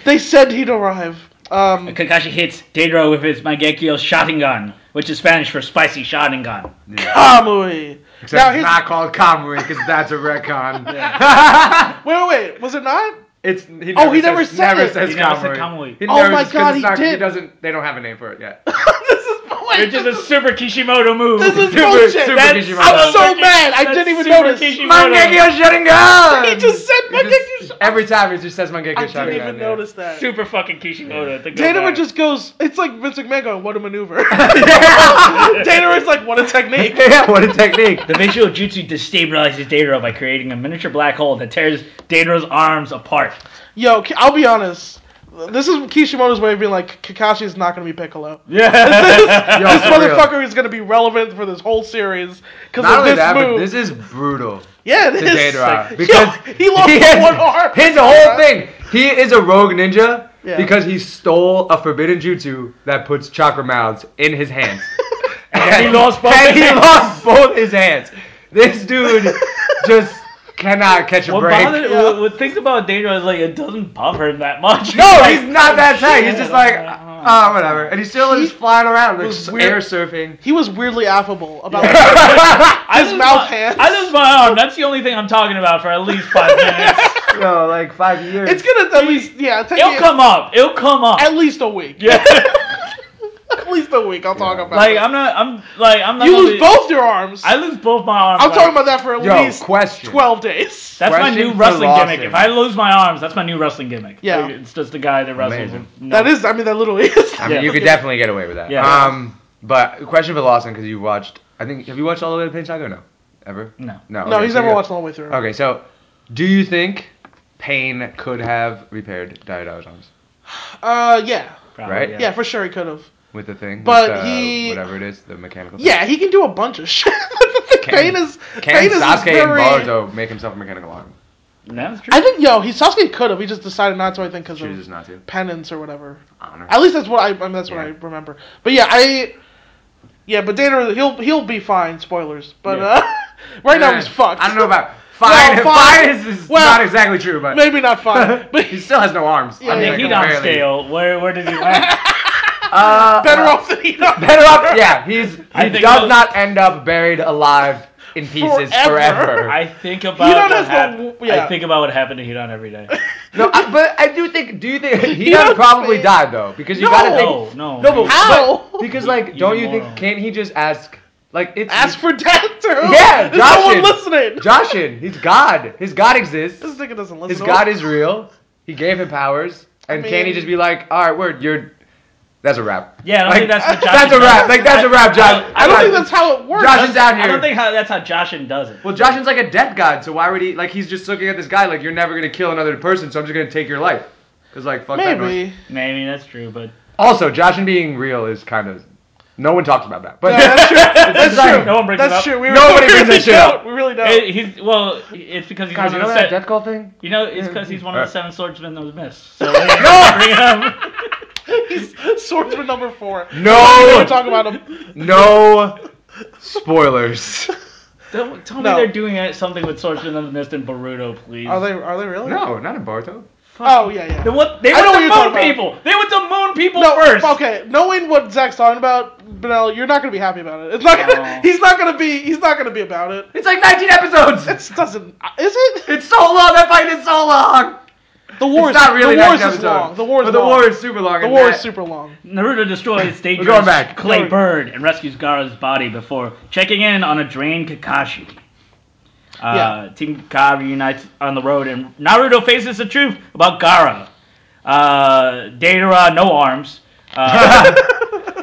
Speaker 1: They said he'd arrive. Um,
Speaker 2: Kakashi hits Deidro with his Mangekyo Shotgun, which is Spanish for spicy Shotgun.
Speaker 1: Kamui.
Speaker 5: Except
Speaker 1: now
Speaker 5: it's
Speaker 1: here's,
Speaker 5: not called Kamui because that's a retcon.
Speaker 1: wait, wait, wait. Was it not?
Speaker 5: it's he
Speaker 1: Oh, he
Speaker 5: says,
Speaker 1: never said
Speaker 5: never
Speaker 1: it.
Speaker 5: says
Speaker 2: He never
Speaker 5: Kamui.
Speaker 2: said Kamui.
Speaker 5: He
Speaker 1: Oh
Speaker 5: never
Speaker 1: my
Speaker 5: says- 'cause
Speaker 1: God,
Speaker 5: it's
Speaker 1: he
Speaker 5: not-
Speaker 1: did.
Speaker 5: doesn't. They don't have a name for it yet.
Speaker 1: this is wait,
Speaker 2: Which is a
Speaker 1: this is-
Speaker 2: super Kishimoto move.
Speaker 1: This is
Speaker 5: Super-
Speaker 1: bullshit.
Speaker 5: super
Speaker 1: That's-
Speaker 5: Digimon.
Speaker 1: I'm so
Speaker 2: That's-
Speaker 1: mad. I
Speaker 2: that's
Speaker 1: didn't even
Speaker 2: super
Speaker 1: notice.
Speaker 2: Kishimoto.
Speaker 5: Mangekyo Sharingan.
Speaker 1: He just said
Speaker 5: He
Speaker 1: Mangekyo
Speaker 5: just-
Speaker 1: Sharingan.
Speaker 5: Every time he just says Mangekyo
Speaker 1: I
Speaker 5: Sharingan.
Speaker 1: didn't even
Speaker 5: yeah.
Speaker 1: notice that.
Speaker 2: super fucking Kishimoto. to go
Speaker 1: Dana
Speaker 2: back.
Speaker 1: just goes. It's like Vince McMahon going, "What a maneuver." Dana is like, "What a technique."
Speaker 5: yeah, what a technique.
Speaker 2: The visual jutsu destabilizes Deidro by creating a miniature black hole that tears Deidro's arms apart.
Speaker 1: Yo, I'll be honest. This is Kishimoto's way of being like Kakashi is not going to be Piccolo.
Speaker 2: Yeah.
Speaker 5: Yo,
Speaker 1: this
Speaker 5: for real.
Speaker 1: motherfucker is going to be relevant for this whole series because of
Speaker 5: Not only
Speaker 1: this
Speaker 5: that,
Speaker 1: move.
Speaker 5: but this is brutal.
Speaker 1: yeah,
Speaker 5: To
Speaker 1: this
Speaker 5: Deidara.
Speaker 1: Yo,
Speaker 5: Because
Speaker 1: he lost
Speaker 5: he had-
Speaker 1: one arm.
Speaker 5: His whole thing. He is a rogue ninja
Speaker 1: Yeah.
Speaker 5: because he stole a forbidden jutsu that puts chakra mouths in his hands.
Speaker 2: he lost both
Speaker 5: And he
Speaker 2: hands.
Speaker 5: lost both his hands. This dude just cannot catch a
Speaker 2: What
Speaker 5: break.
Speaker 2: bothered,
Speaker 1: Yeah.
Speaker 2: what, what things about Daedra is like it doesn't bother him that much.
Speaker 5: No,
Speaker 2: Like,
Speaker 5: he's not that tight. He's just like, ah, whatever. And he's still
Speaker 1: He
Speaker 5: just flying around, like
Speaker 1: was
Speaker 5: air
Speaker 1: weird.
Speaker 5: surfing.
Speaker 1: He was weirdly affable about
Speaker 2: I
Speaker 1: his
Speaker 2: lose
Speaker 1: mouth
Speaker 2: my,
Speaker 1: hands.
Speaker 2: I lose my arm. That's the only thing I'm talking about for at least five minutes.
Speaker 5: Yo, like five years.
Speaker 1: It's gonna at least yeah. Take
Speaker 2: It'll
Speaker 1: me
Speaker 2: come up. It'll come up.
Speaker 1: at least a week.
Speaker 2: yeah.
Speaker 1: at least a week. I'll talk about.
Speaker 2: like
Speaker 1: it.
Speaker 2: I'm not. I'm like I'm not.
Speaker 1: you
Speaker 2: gonna
Speaker 1: lose
Speaker 2: be-
Speaker 1: both your arms.
Speaker 2: I lose both my arms.
Speaker 1: I'm
Speaker 2: like,
Speaker 1: talking about that for at
Speaker 5: Yo,
Speaker 1: least
Speaker 5: question.
Speaker 1: twelve days.
Speaker 2: That's my
Speaker 5: Question
Speaker 2: new
Speaker 5: for
Speaker 2: wrestling
Speaker 5: Lawson.
Speaker 2: gimmick. If I lose my arms, that's my new wrestling gimmick.
Speaker 1: Yeah.
Speaker 2: Like, it's just the guy that wrestles.
Speaker 5: Amazing.
Speaker 2: with- no.
Speaker 1: That is. I mean, that literally is.
Speaker 5: I mean,
Speaker 2: Yeah.
Speaker 5: you could definitely get away with that.
Speaker 2: Yeah.
Speaker 5: Um, but question for Lawson because you watched. I think have you watched all the way to Pain or no? Ever?
Speaker 2: no.
Speaker 5: No.
Speaker 1: no,
Speaker 5: okay,
Speaker 1: he's
Speaker 5: so
Speaker 1: never
Speaker 5: you-
Speaker 1: watched all the way through.
Speaker 5: Okay, so do you think Pain could have repaired Dioda's arms
Speaker 1: Uh, yeah,
Speaker 2: Probably,
Speaker 5: Right?
Speaker 1: yeah, for sure he could have.
Speaker 5: with the thing?
Speaker 1: But
Speaker 5: with, uh,
Speaker 1: he-
Speaker 5: whatever it is, the mechanical. Thing?
Speaker 1: Yeah, he can do a bunch of shit.
Speaker 5: Can-
Speaker 1: Pain is.
Speaker 5: Can
Speaker 1: Pain is
Speaker 5: Sasuke
Speaker 1: very...
Speaker 5: and Boruto make himself a mechanical arm?
Speaker 2: That's true.
Speaker 1: I think yo, he Sasuke could have. He just decided not to. I think because
Speaker 5: Chooses
Speaker 1: of
Speaker 5: not to.
Speaker 1: penance or whatever.
Speaker 5: Honor.
Speaker 1: At least that's what I. I mean, that's what
Speaker 5: Yeah.
Speaker 1: I remember. But yeah, I. Yeah, but Dana, he'll he'll be fine. Spoilers, but
Speaker 2: Yeah.
Speaker 1: uh, right now
Speaker 5: Eh,
Speaker 1: he's fucked.
Speaker 5: I don't know about fine.
Speaker 1: Well,
Speaker 5: fine.
Speaker 1: fine-
Speaker 5: is, is
Speaker 1: well,
Speaker 5: not exactly true, but
Speaker 1: Maybe not fine, but
Speaker 5: he still has no arms.
Speaker 1: Yeah,
Speaker 5: I
Speaker 2: On
Speaker 5: mean,
Speaker 1: yeah,
Speaker 2: the
Speaker 5: like,
Speaker 2: heat on
Speaker 5: barely.
Speaker 2: scale, where where does he land?
Speaker 5: Uh,
Speaker 1: better
Speaker 5: uh,
Speaker 1: off than he not.
Speaker 5: Better off. Yeah, he's he
Speaker 2: I think
Speaker 5: does
Speaker 2: those-
Speaker 5: not end up buried alive in pieces forever.
Speaker 1: Forever.
Speaker 2: I think
Speaker 1: Hidan
Speaker 2: about what
Speaker 1: has the
Speaker 2: happened.
Speaker 1: w- yeah.
Speaker 2: I think about what happened to Hidon every day.
Speaker 5: No, I, but I do think. Do you think he
Speaker 1: don't
Speaker 5: probably
Speaker 1: think-
Speaker 5: died though? Because you
Speaker 1: No.
Speaker 5: gotta
Speaker 2: No,
Speaker 5: think.
Speaker 2: no.
Speaker 5: No, but,
Speaker 1: How?
Speaker 5: but- because like, don't you think?
Speaker 2: moron.
Speaker 5: Can't he just ask? Like, it's
Speaker 1: Ask for death, too.
Speaker 5: Yeah,
Speaker 1: There's no one
Speaker 5: Joshin.
Speaker 1: listening.
Speaker 5: Joshin. He's God. His God exists.
Speaker 1: This nigga doesn't listen.
Speaker 5: His God is real. He gave him powers. And
Speaker 1: I
Speaker 5: can't he
Speaker 1: mean-
Speaker 5: just be like, all right, word, you're. That's a wrap.
Speaker 2: Yeah, I don't think
Speaker 5: Like,
Speaker 2: that's what Josh
Speaker 5: That's a
Speaker 2: does.
Speaker 5: wrap. Like that's a wrap, Josh.
Speaker 1: I don't
Speaker 5: Josh-
Speaker 1: think that's how it works.
Speaker 5: Josh is out here.
Speaker 2: I don't think how, that's how Joshin does it.
Speaker 5: Well, Joshin's like a death god, so why would he? Like, he's just looking at this guy like, you're never gonna kill another person, so I'm just gonna take your life. Cause like, fuck that noise.
Speaker 1: Maybe.
Speaker 2: Maybe that's true, but
Speaker 5: Also, Joshin being real is kind of. No one talks about that, but
Speaker 1: No, that's true.
Speaker 5: It's
Speaker 1: That's
Speaker 5: like-
Speaker 1: true.
Speaker 2: No one brings it
Speaker 1: That's
Speaker 2: up.
Speaker 1: true. We
Speaker 5: Nobody
Speaker 1: we
Speaker 5: brings that shit
Speaker 1: don't.
Speaker 5: up.
Speaker 1: We really don't.
Speaker 2: Eh, he's well. It's because he's
Speaker 5: guys, you
Speaker 2: one
Speaker 5: know
Speaker 2: of the set,
Speaker 5: that death call thing?
Speaker 2: You know, it's because he's one of
Speaker 5: Alright.
Speaker 2: the seven swordsmen that was missed. So no! bring it up.
Speaker 1: he's swordsman number four.
Speaker 5: No.
Speaker 1: We're talking about him.
Speaker 5: No spoilers.
Speaker 2: Don't tell
Speaker 1: No.
Speaker 2: me they're doing it- something with swordsmen that was missed in Boruto, please.
Speaker 1: Are they? Are they really?
Speaker 5: No, not in Boruto.
Speaker 1: Oh yeah, yeah.
Speaker 2: They went, they
Speaker 1: I know what
Speaker 2: went
Speaker 1: you're
Speaker 2: to moon
Speaker 1: talking
Speaker 2: people. They went to moon people
Speaker 1: No,
Speaker 2: first.
Speaker 1: okay. Knowing what Zach's talking about, Benel, you're not gonna be happy about it. It's not gonna.
Speaker 2: No.
Speaker 1: He's not gonna be. He's not gonna be about it.
Speaker 5: It's like 19 episodes. It's,
Speaker 1: It doesn't. Is it?
Speaker 5: it's so long. That fight is so long.
Speaker 1: The war
Speaker 5: it's
Speaker 1: is
Speaker 5: not really
Speaker 1: the war
Speaker 5: 19
Speaker 1: is just
Speaker 5: episodes.
Speaker 1: long. The war is
Speaker 5: But the
Speaker 1: long.
Speaker 5: war is super long.
Speaker 1: the
Speaker 5: and
Speaker 1: war
Speaker 5: that-
Speaker 1: is super long.
Speaker 2: Naruto destroys dangerous
Speaker 5: going back.
Speaker 2: Clay
Speaker 1: Going-
Speaker 2: Bird and rescues Gaara's body before checking in on a drained Kakashi. Uh,
Speaker 1: Yeah.
Speaker 2: Team Ka reunites on the road, and Naruto faces the truth about Gaara. Uh, Deidara, no arms. Uh,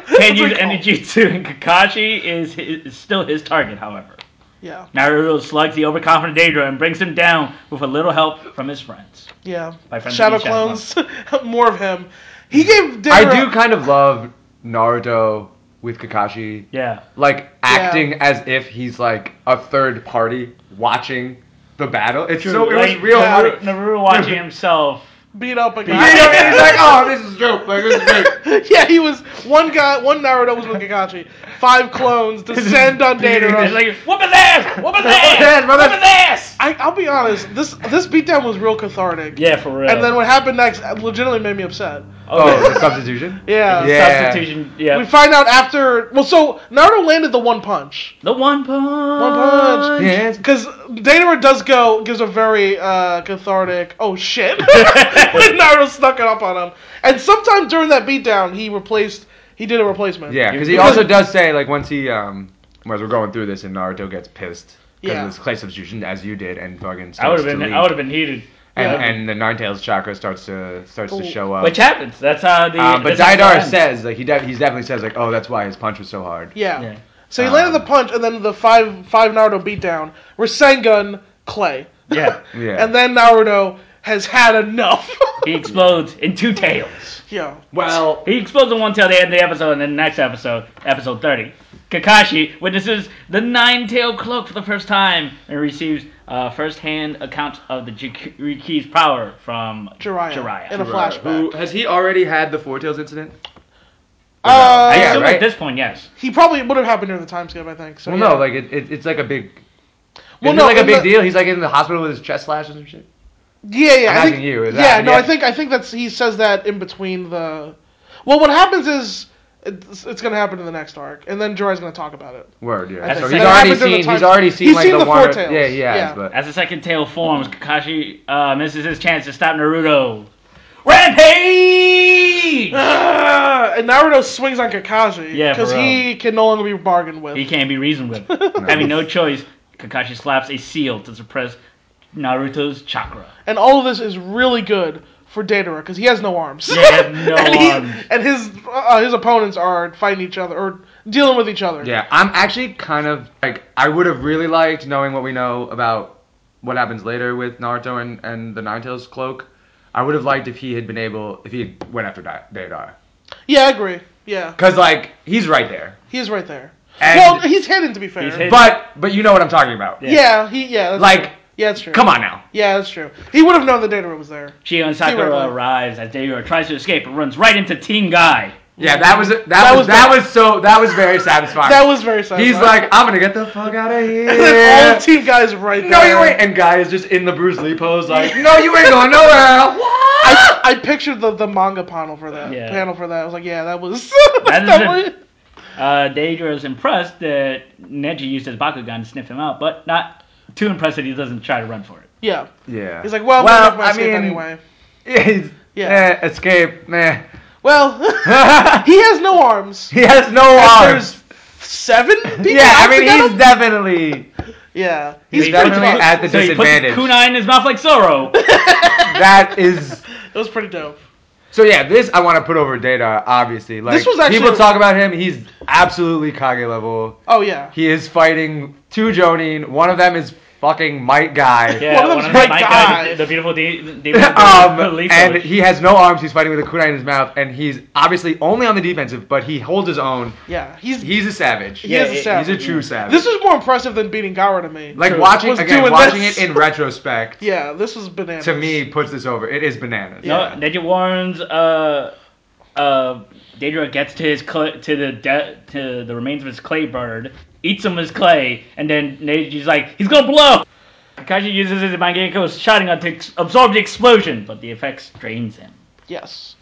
Speaker 2: can
Speaker 1: It's
Speaker 2: use
Speaker 1: like, oh,
Speaker 2: energy too, and Kakashi is, is still his target, however.
Speaker 1: Yeah,
Speaker 2: Naruto slugs the overconfident Deidara and brings him down with a little help from his friends.
Speaker 1: yeah.
Speaker 2: My friend
Speaker 1: Shadow
Speaker 2: Lee Shadow
Speaker 1: clones. More of him. He gave. Deidara,
Speaker 5: I do kind of love Naruto with Kakashi,
Speaker 2: Yeah.
Speaker 5: like acting as if he's like a third party watching the battle. It's so it was
Speaker 2: Like,
Speaker 5: real.
Speaker 1: yeah.
Speaker 5: funny.
Speaker 2: Naruto, Naruto watching himself.
Speaker 1: beat up a
Speaker 5: You know, he's
Speaker 1: guy.
Speaker 5: like, oh, this is dope. Like this is great.
Speaker 1: yeah, he was one guy. One Naruto was with Kakashi. Five clones descend on Deidara.
Speaker 2: He's like, whoop his ass! Whoop his
Speaker 5: his ass,
Speaker 2: ass!
Speaker 5: brother!"
Speaker 2: Whoop his ass!
Speaker 1: I, I'll be honest. This this beatdown was real cathartic.
Speaker 2: Yeah, for real.
Speaker 1: And then what happened next legitimately made me upset.
Speaker 5: Oh, the substitution.
Speaker 1: Yeah.
Speaker 5: Yeah.
Speaker 2: Substitution, yeah.
Speaker 1: We find out after. Well, so Naruto landed the one punch.
Speaker 2: the one punch.
Speaker 1: One punch.
Speaker 5: Yes.
Speaker 1: Because Deidara does go, gives a very uh, cathartic, oh shit. when Naruto snuck it up on him. And sometime during that beatdown, he replaced, he did a replacement.
Speaker 5: Yeah, because he
Speaker 1: Because-
Speaker 5: also does say like once he um as we're going through this and Naruto gets pissed because
Speaker 1: Yeah.
Speaker 5: of this clay substitution as you did and fucking
Speaker 2: I would
Speaker 5: starts
Speaker 2: have
Speaker 5: to
Speaker 2: been.
Speaker 5: leak.
Speaker 2: I would have been heated.
Speaker 5: and,
Speaker 1: yeah.
Speaker 5: and the Nine Tails chakra starts to starts to
Speaker 1: Oh.
Speaker 5: show up.
Speaker 2: Which happens. That's how the.
Speaker 5: um, but
Speaker 2: that's how it
Speaker 5: Daidara
Speaker 2: ends.
Speaker 5: says like he de- he's definitely says like oh that's why his punch was so hard.
Speaker 1: Yeah.
Speaker 2: Yeah.
Speaker 1: So he
Speaker 5: Um,
Speaker 1: landed the punch, and then the five five Naruto beatdown were Sengun, Clay.
Speaker 2: Yeah.
Speaker 5: Yeah.
Speaker 1: And then Naruto has had enough.
Speaker 2: He explodes in two tails.
Speaker 1: Yo,
Speaker 5: Well,
Speaker 2: He explodes in one tail at the end of the episode, and then the next episode, episode 30, Kakashi witnesses the nine tailed cloak for the first time and receives uh, first hand accounts of the Jiriki's power from
Speaker 1: Jiraiya.
Speaker 2: Jiraiya.
Speaker 1: In a flashback.
Speaker 5: who has he already had the Four Tails incident?
Speaker 1: Uh,
Speaker 2: I
Speaker 5: Yeah,
Speaker 2: assume
Speaker 5: right?
Speaker 2: at this point, yes.
Speaker 1: He probably would have happened during the time skip, I think. So
Speaker 5: Well,
Speaker 1: yeah.
Speaker 5: no, like it, it, it's like a big.
Speaker 1: Well,
Speaker 5: Well,
Speaker 1: no,
Speaker 5: like a
Speaker 1: in
Speaker 5: big
Speaker 1: the-
Speaker 5: deal. He's like in the hospital with his chest slashed and some shit.
Speaker 1: yeah, yeah.
Speaker 5: I'm
Speaker 1: I
Speaker 5: asking
Speaker 1: think,
Speaker 5: you, is
Speaker 1: yeah,
Speaker 5: that-
Speaker 1: no,
Speaker 5: yeah.
Speaker 1: I think I think that's he says that in between the. Well, what happens is it's, it's going to happen in the next arc, and then Jiraiya's going to talk about it.
Speaker 5: Word, yeah.
Speaker 1: That's
Speaker 5: So
Speaker 2: the
Speaker 5: he's
Speaker 2: second-
Speaker 5: already
Speaker 1: Happens in the
Speaker 5: seen. He's
Speaker 1: times-
Speaker 5: already seen
Speaker 1: he's
Speaker 5: like
Speaker 1: seen
Speaker 5: the
Speaker 1: the Four
Speaker 5: one.
Speaker 1: Tails.
Speaker 5: Yeah, yeah.
Speaker 1: Yeah.
Speaker 5: But
Speaker 2: As the second tail forms, Kakashi uh, misses his chance to stop Naruto. Rampage!
Speaker 1: Ah, and Naruto swings on Kakashi
Speaker 2: Yeah, for
Speaker 1: because he can no longer be bargained with.
Speaker 2: He can't be reasoned with. Having no choice, Kakashi slaps a seal to suppress Naruto's chakra.
Speaker 1: And all of this is really good for Datara because he has no arms.
Speaker 2: They have no
Speaker 1: and, he-
Speaker 2: arms.
Speaker 1: and his uh, his opponents are fighting each other or dealing with each other.
Speaker 5: yeah, I'm actually kind of like I would have really liked knowing what we know about what happens later with Naruto and, and the Ninetales cloak. I would have liked if he had been able if he had went after Dai- Deidara.
Speaker 1: Yeah, I agree. Yeah,
Speaker 5: Cause like he's right there.
Speaker 1: he is right there.
Speaker 5: And-
Speaker 1: well, he's hidden to be fair.
Speaker 2: He's hidden.
Speaker 5: But but you know what I'm talking about.
Speaker 1: Yeah, he yeah. That's
Speaker 5: Like,
Speaker 1: true. yeah, that's true.
Speaker 5: Come on now.
Speaker 1: Yeah, that's true. He would have known that Datara was there.
Speaker 2: Shio and Sakura
Speaker 1: Theoretically.
Speaker 2: arrives as Deidara tries to escape and runs right into Team Guy.
Speaker 5: Yeah, that was that,
Speaker 1: That
Speaker 5: was,
Speaker 1: was
Speaker 5: that
Speaker 1: bad.
Speaker 5: was so that was very satisfying.
Speaker 1: That was very sad.
Speaker 5: He's like, I'm gonna get the fuck out of
Speaker 1: and then all
Speaker 5: here.
Speaker 1: the team guys right there.
Speaker 5: no, you ain't. And guy is just in the Bruce Lee pose, like, no, you ain't going nowhere.
Speaker 1: I,
Speaker 5: What?
Speaker 1: I pictured the, the manga panel for that
Speaker 2: Yeah.
Speaker 1: panel for that. I was like, yeah, that was.
Speaker 2: That is
Speaker 1: that
Speaker 2: it.
Speaker 1: was-
Speaker 2: Uh, Deidara is impressed that Neji used his Bakugan to sniff him out, but not too impressed that he doesn't try to run for it.
Speaker 1: Yeah.
Speaker 5: Yeah.
Speaker 1: He's like, well, I'm
Speaker 5: Well,
Speaker 1: gonna make my
Speaker 5: I
Speaker 1: escape
Speaker 5: mean-
Speaker 1: anyway.
Speaker 5: yeah, he's-
Speaker 1: Yeah.
Speaker 5: eh, escape, man.
Speaker 1: Well, he has no arms.
Speaker 5: he has no arms.
Speaker 1: There's seven people.
Speaker 5: Yeah, I
Speaker 1: out
Speaker 5: mean,
Speaker 1: to get
Speaker 5: he's
Speaker 1: him?
Speaker 5: definitely
Speaker 1: yeah,
Speaker 5: he's
Speaker 1: he's pretty
Speaker 5: definitely
Speaker 1: tough.
Speaker 5: at the
Speaker 2: so he puts
Speaker 5: disadvantage.
Speaker 2: kunai in his mouth like Zoro.
Speaker 5: that is.
Speaker 1: It was pretty dope.
Speaker 5: So yeah, this I want to put over data. Obviously, like
Speaker 1: This was actually-
Speaker 5: people talk about him. He's absolutely Kage level.
Speaker 1: Oh yeah.
Speaker 5: He is fighting two Jonin. One of them is fucking Might Guy.
Speaker 2: yeah,
Speaker 1: One of
Speaker 2: one
Speaker 1: them's
Speaker 2: of
Speaker 1: my
Speaker 2: them, my
Speaker 1: guy.
Speaker 2: guy, the, the beautiful de- demon.
Speaker 5: um,
Speaker 2: Leaf
Speaker 5: and
Speaker 2: Village.
Speaker 5: he has no arms. He's fighting with a kunai in his mouth, and he's obviously only on the defensive, but he holds his own.
Speaker 1: Yeah, he's
Speaker 5: He's a savage.
Speaker 1: he is
Speaker 2: yeah,
Speaker 1: a
Speaker 2: he's
Speaker 5: He's a
Speaker 1: savage. Mm-hmm.
Speaker 5: true savage.
Speaker 1: This was more impressive than beating Gara to me.
Speaker 5: like
Speaker 2: true.
Speaker 5: watching
Speaker 1: Was
Speaker 5: again,
Speaker 1: doing
Speaker 5: watching
Speaker 1: this.
Speaker 5: it in retrospect.
Speaker 1: yeah, this was bananas.
Speaker 5: To me, puts this over. It is bananas.
Speaker 2: No,
Speaker 1: Yeah.
Speaker 2: Neji warns. Uh, uh, Daedra gets to his cl- to the de- to the remains of his clay bird, eats him his clay, and then Neji's like, he's gonna blow. Kakashi uses his Mangekyo shotgun to ex- absorb the explosion, but the effect strains him.
Speaker 1: yes.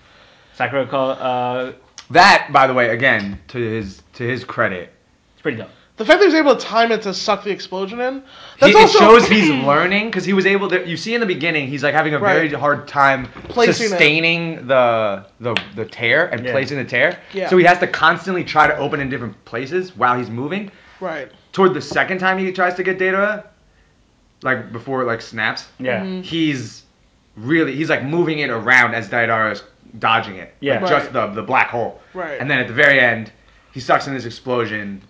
Speaker 2: Sakura call. Uh,
Speaker 5: That, by the way, again to his to his credit,
Speaker 2: it's pretty dope.
Speaker 1: The fact that he was able to time it to suck the explosion in. That's
Speaker 5: he,
Speaker 1: also
Speaker 5: it shows he's learning because he was able to. You see in the beginning, he's like having a very
Speaker 1: Right.
Speaker 5: hard time
Speaker 1: Placing it.
Speaker 5: sustaining the the the tear and
Speaker 2: Yeah.
Speaker 5: placing the tear.
Speaker 1: Yeah.
Speaker 5: So he has to constantly try to open in different places while he's moving.
Speaker 1: right.
Speaker 5: Toward the second time he tries to get data, like before it like snaps,
Speaker 2: Yeah.
Speaker 5: Mm-hmm.
Speaker 1: Mhm.
Speaker 5: he's really he's like moving it around as Daidara is dodging it.
Speaker 2: Yeah.
Speaker 5: Like, just the the black hole.
Speaker 1: Right.
Speaker 5: And then at the very end, he sucks in this explosion,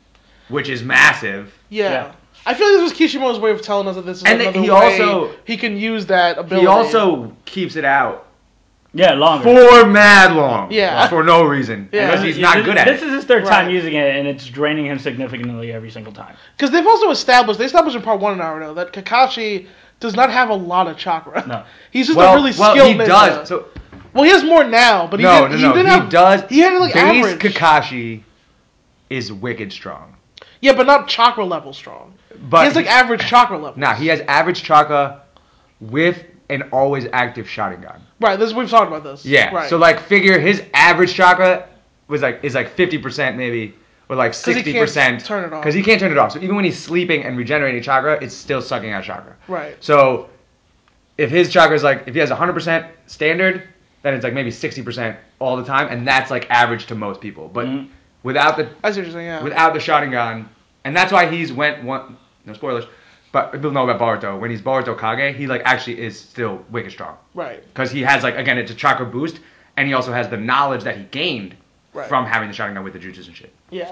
Speaker 5: which is massive.
Speaker 1: Yeah.
Speaker 2: Yeah.
Speaker 1: I feel like this was Kishimoto's way of telling us that this is
Speaker 5: And
Speaker 1: another way
Speaker 5: he also-
Speaker 1: he can use that ability.
Speaker 5: He also keeps it out
Speaker 2: Yeah, longer.
Speaker 5: for mad long.
Speaker 1: Yeah.
Speaker 5: For no reason.
Speaker 1: Yeah.
Speaker 5: Because he's not
Speaker 2: this,
Speaker 5: good at
Speaker 2: This
Speaker 5: it.
Speaker 2: is his third time
Speaker 1: Right.
Speaker 2: using it, and it's draining him significantly every single time.
Speaker 1: because they've also established they established in part one in Naruto that Kakashi does not have a lot of chakra.
Speaker 2: No.
Speaker 1: He's just
Speaker 5: well,
Speaker 1: a really
Speaker 5: well,
Speaker 1: skilled
Speaker 5: he
Speaker 1: ninja.
Speaker 5: does. So,
Speaker 1: well, he has more now, but he
Speaker 5: no,
Speaker 1: did,
Speaker 5: no,
Speaker 1: he
Speaker 5: no. He,
Speaker 1: didn't have,
Speaker 5: does.
Speaker 1: He had like
Speaker 5: base
Speaker 1: average.
Speaker 5: Kakashi is wicked strong.
Speaker 1: yeah, but not chakra level strong.
Speaker 5: But
Speaker 1: he has like average chakra level.
Speaker 5: nah, he has average chakra with an always active Sharingan.
Speaker 1: Right. This we've talked about this.
Speaker 5: Yeah.
Speaker 1: Right.
Speaker 5: So like figure his average chakra was like is like 50% maybe or like
Speaker 1: he can't
Speaker 5: 60% percent
Speaker 1: turn it off.
Speaker 5: Cuz he can't turn it off. So even when he's sleeping and regenerating chakra, it's still sucking out chakra.
Speaker 1: Right.
Speaker 5: So if his chakra is like if he has 100% standard, then it's like maybe 60% all the time and that's like average to most people. But
Speaker 2: Mhm.
Speaker 5: without the
Speaker 1: I see what you're saying. Yeah.
Speaker 5: without the Sharingan, and that's why he's went one no spoilers, but people know about Baruto. When he's Baruto Kage, he like actually is still wicked strong
Speaker 1: right.
Speaker 5: because he has like again it's a chakra boost, and he also has the knowledge that he gained
Speaker 1: Right.
Speaker 5: from having the Sharingan with the jutsus and shit.
Speaker 1: Yeah.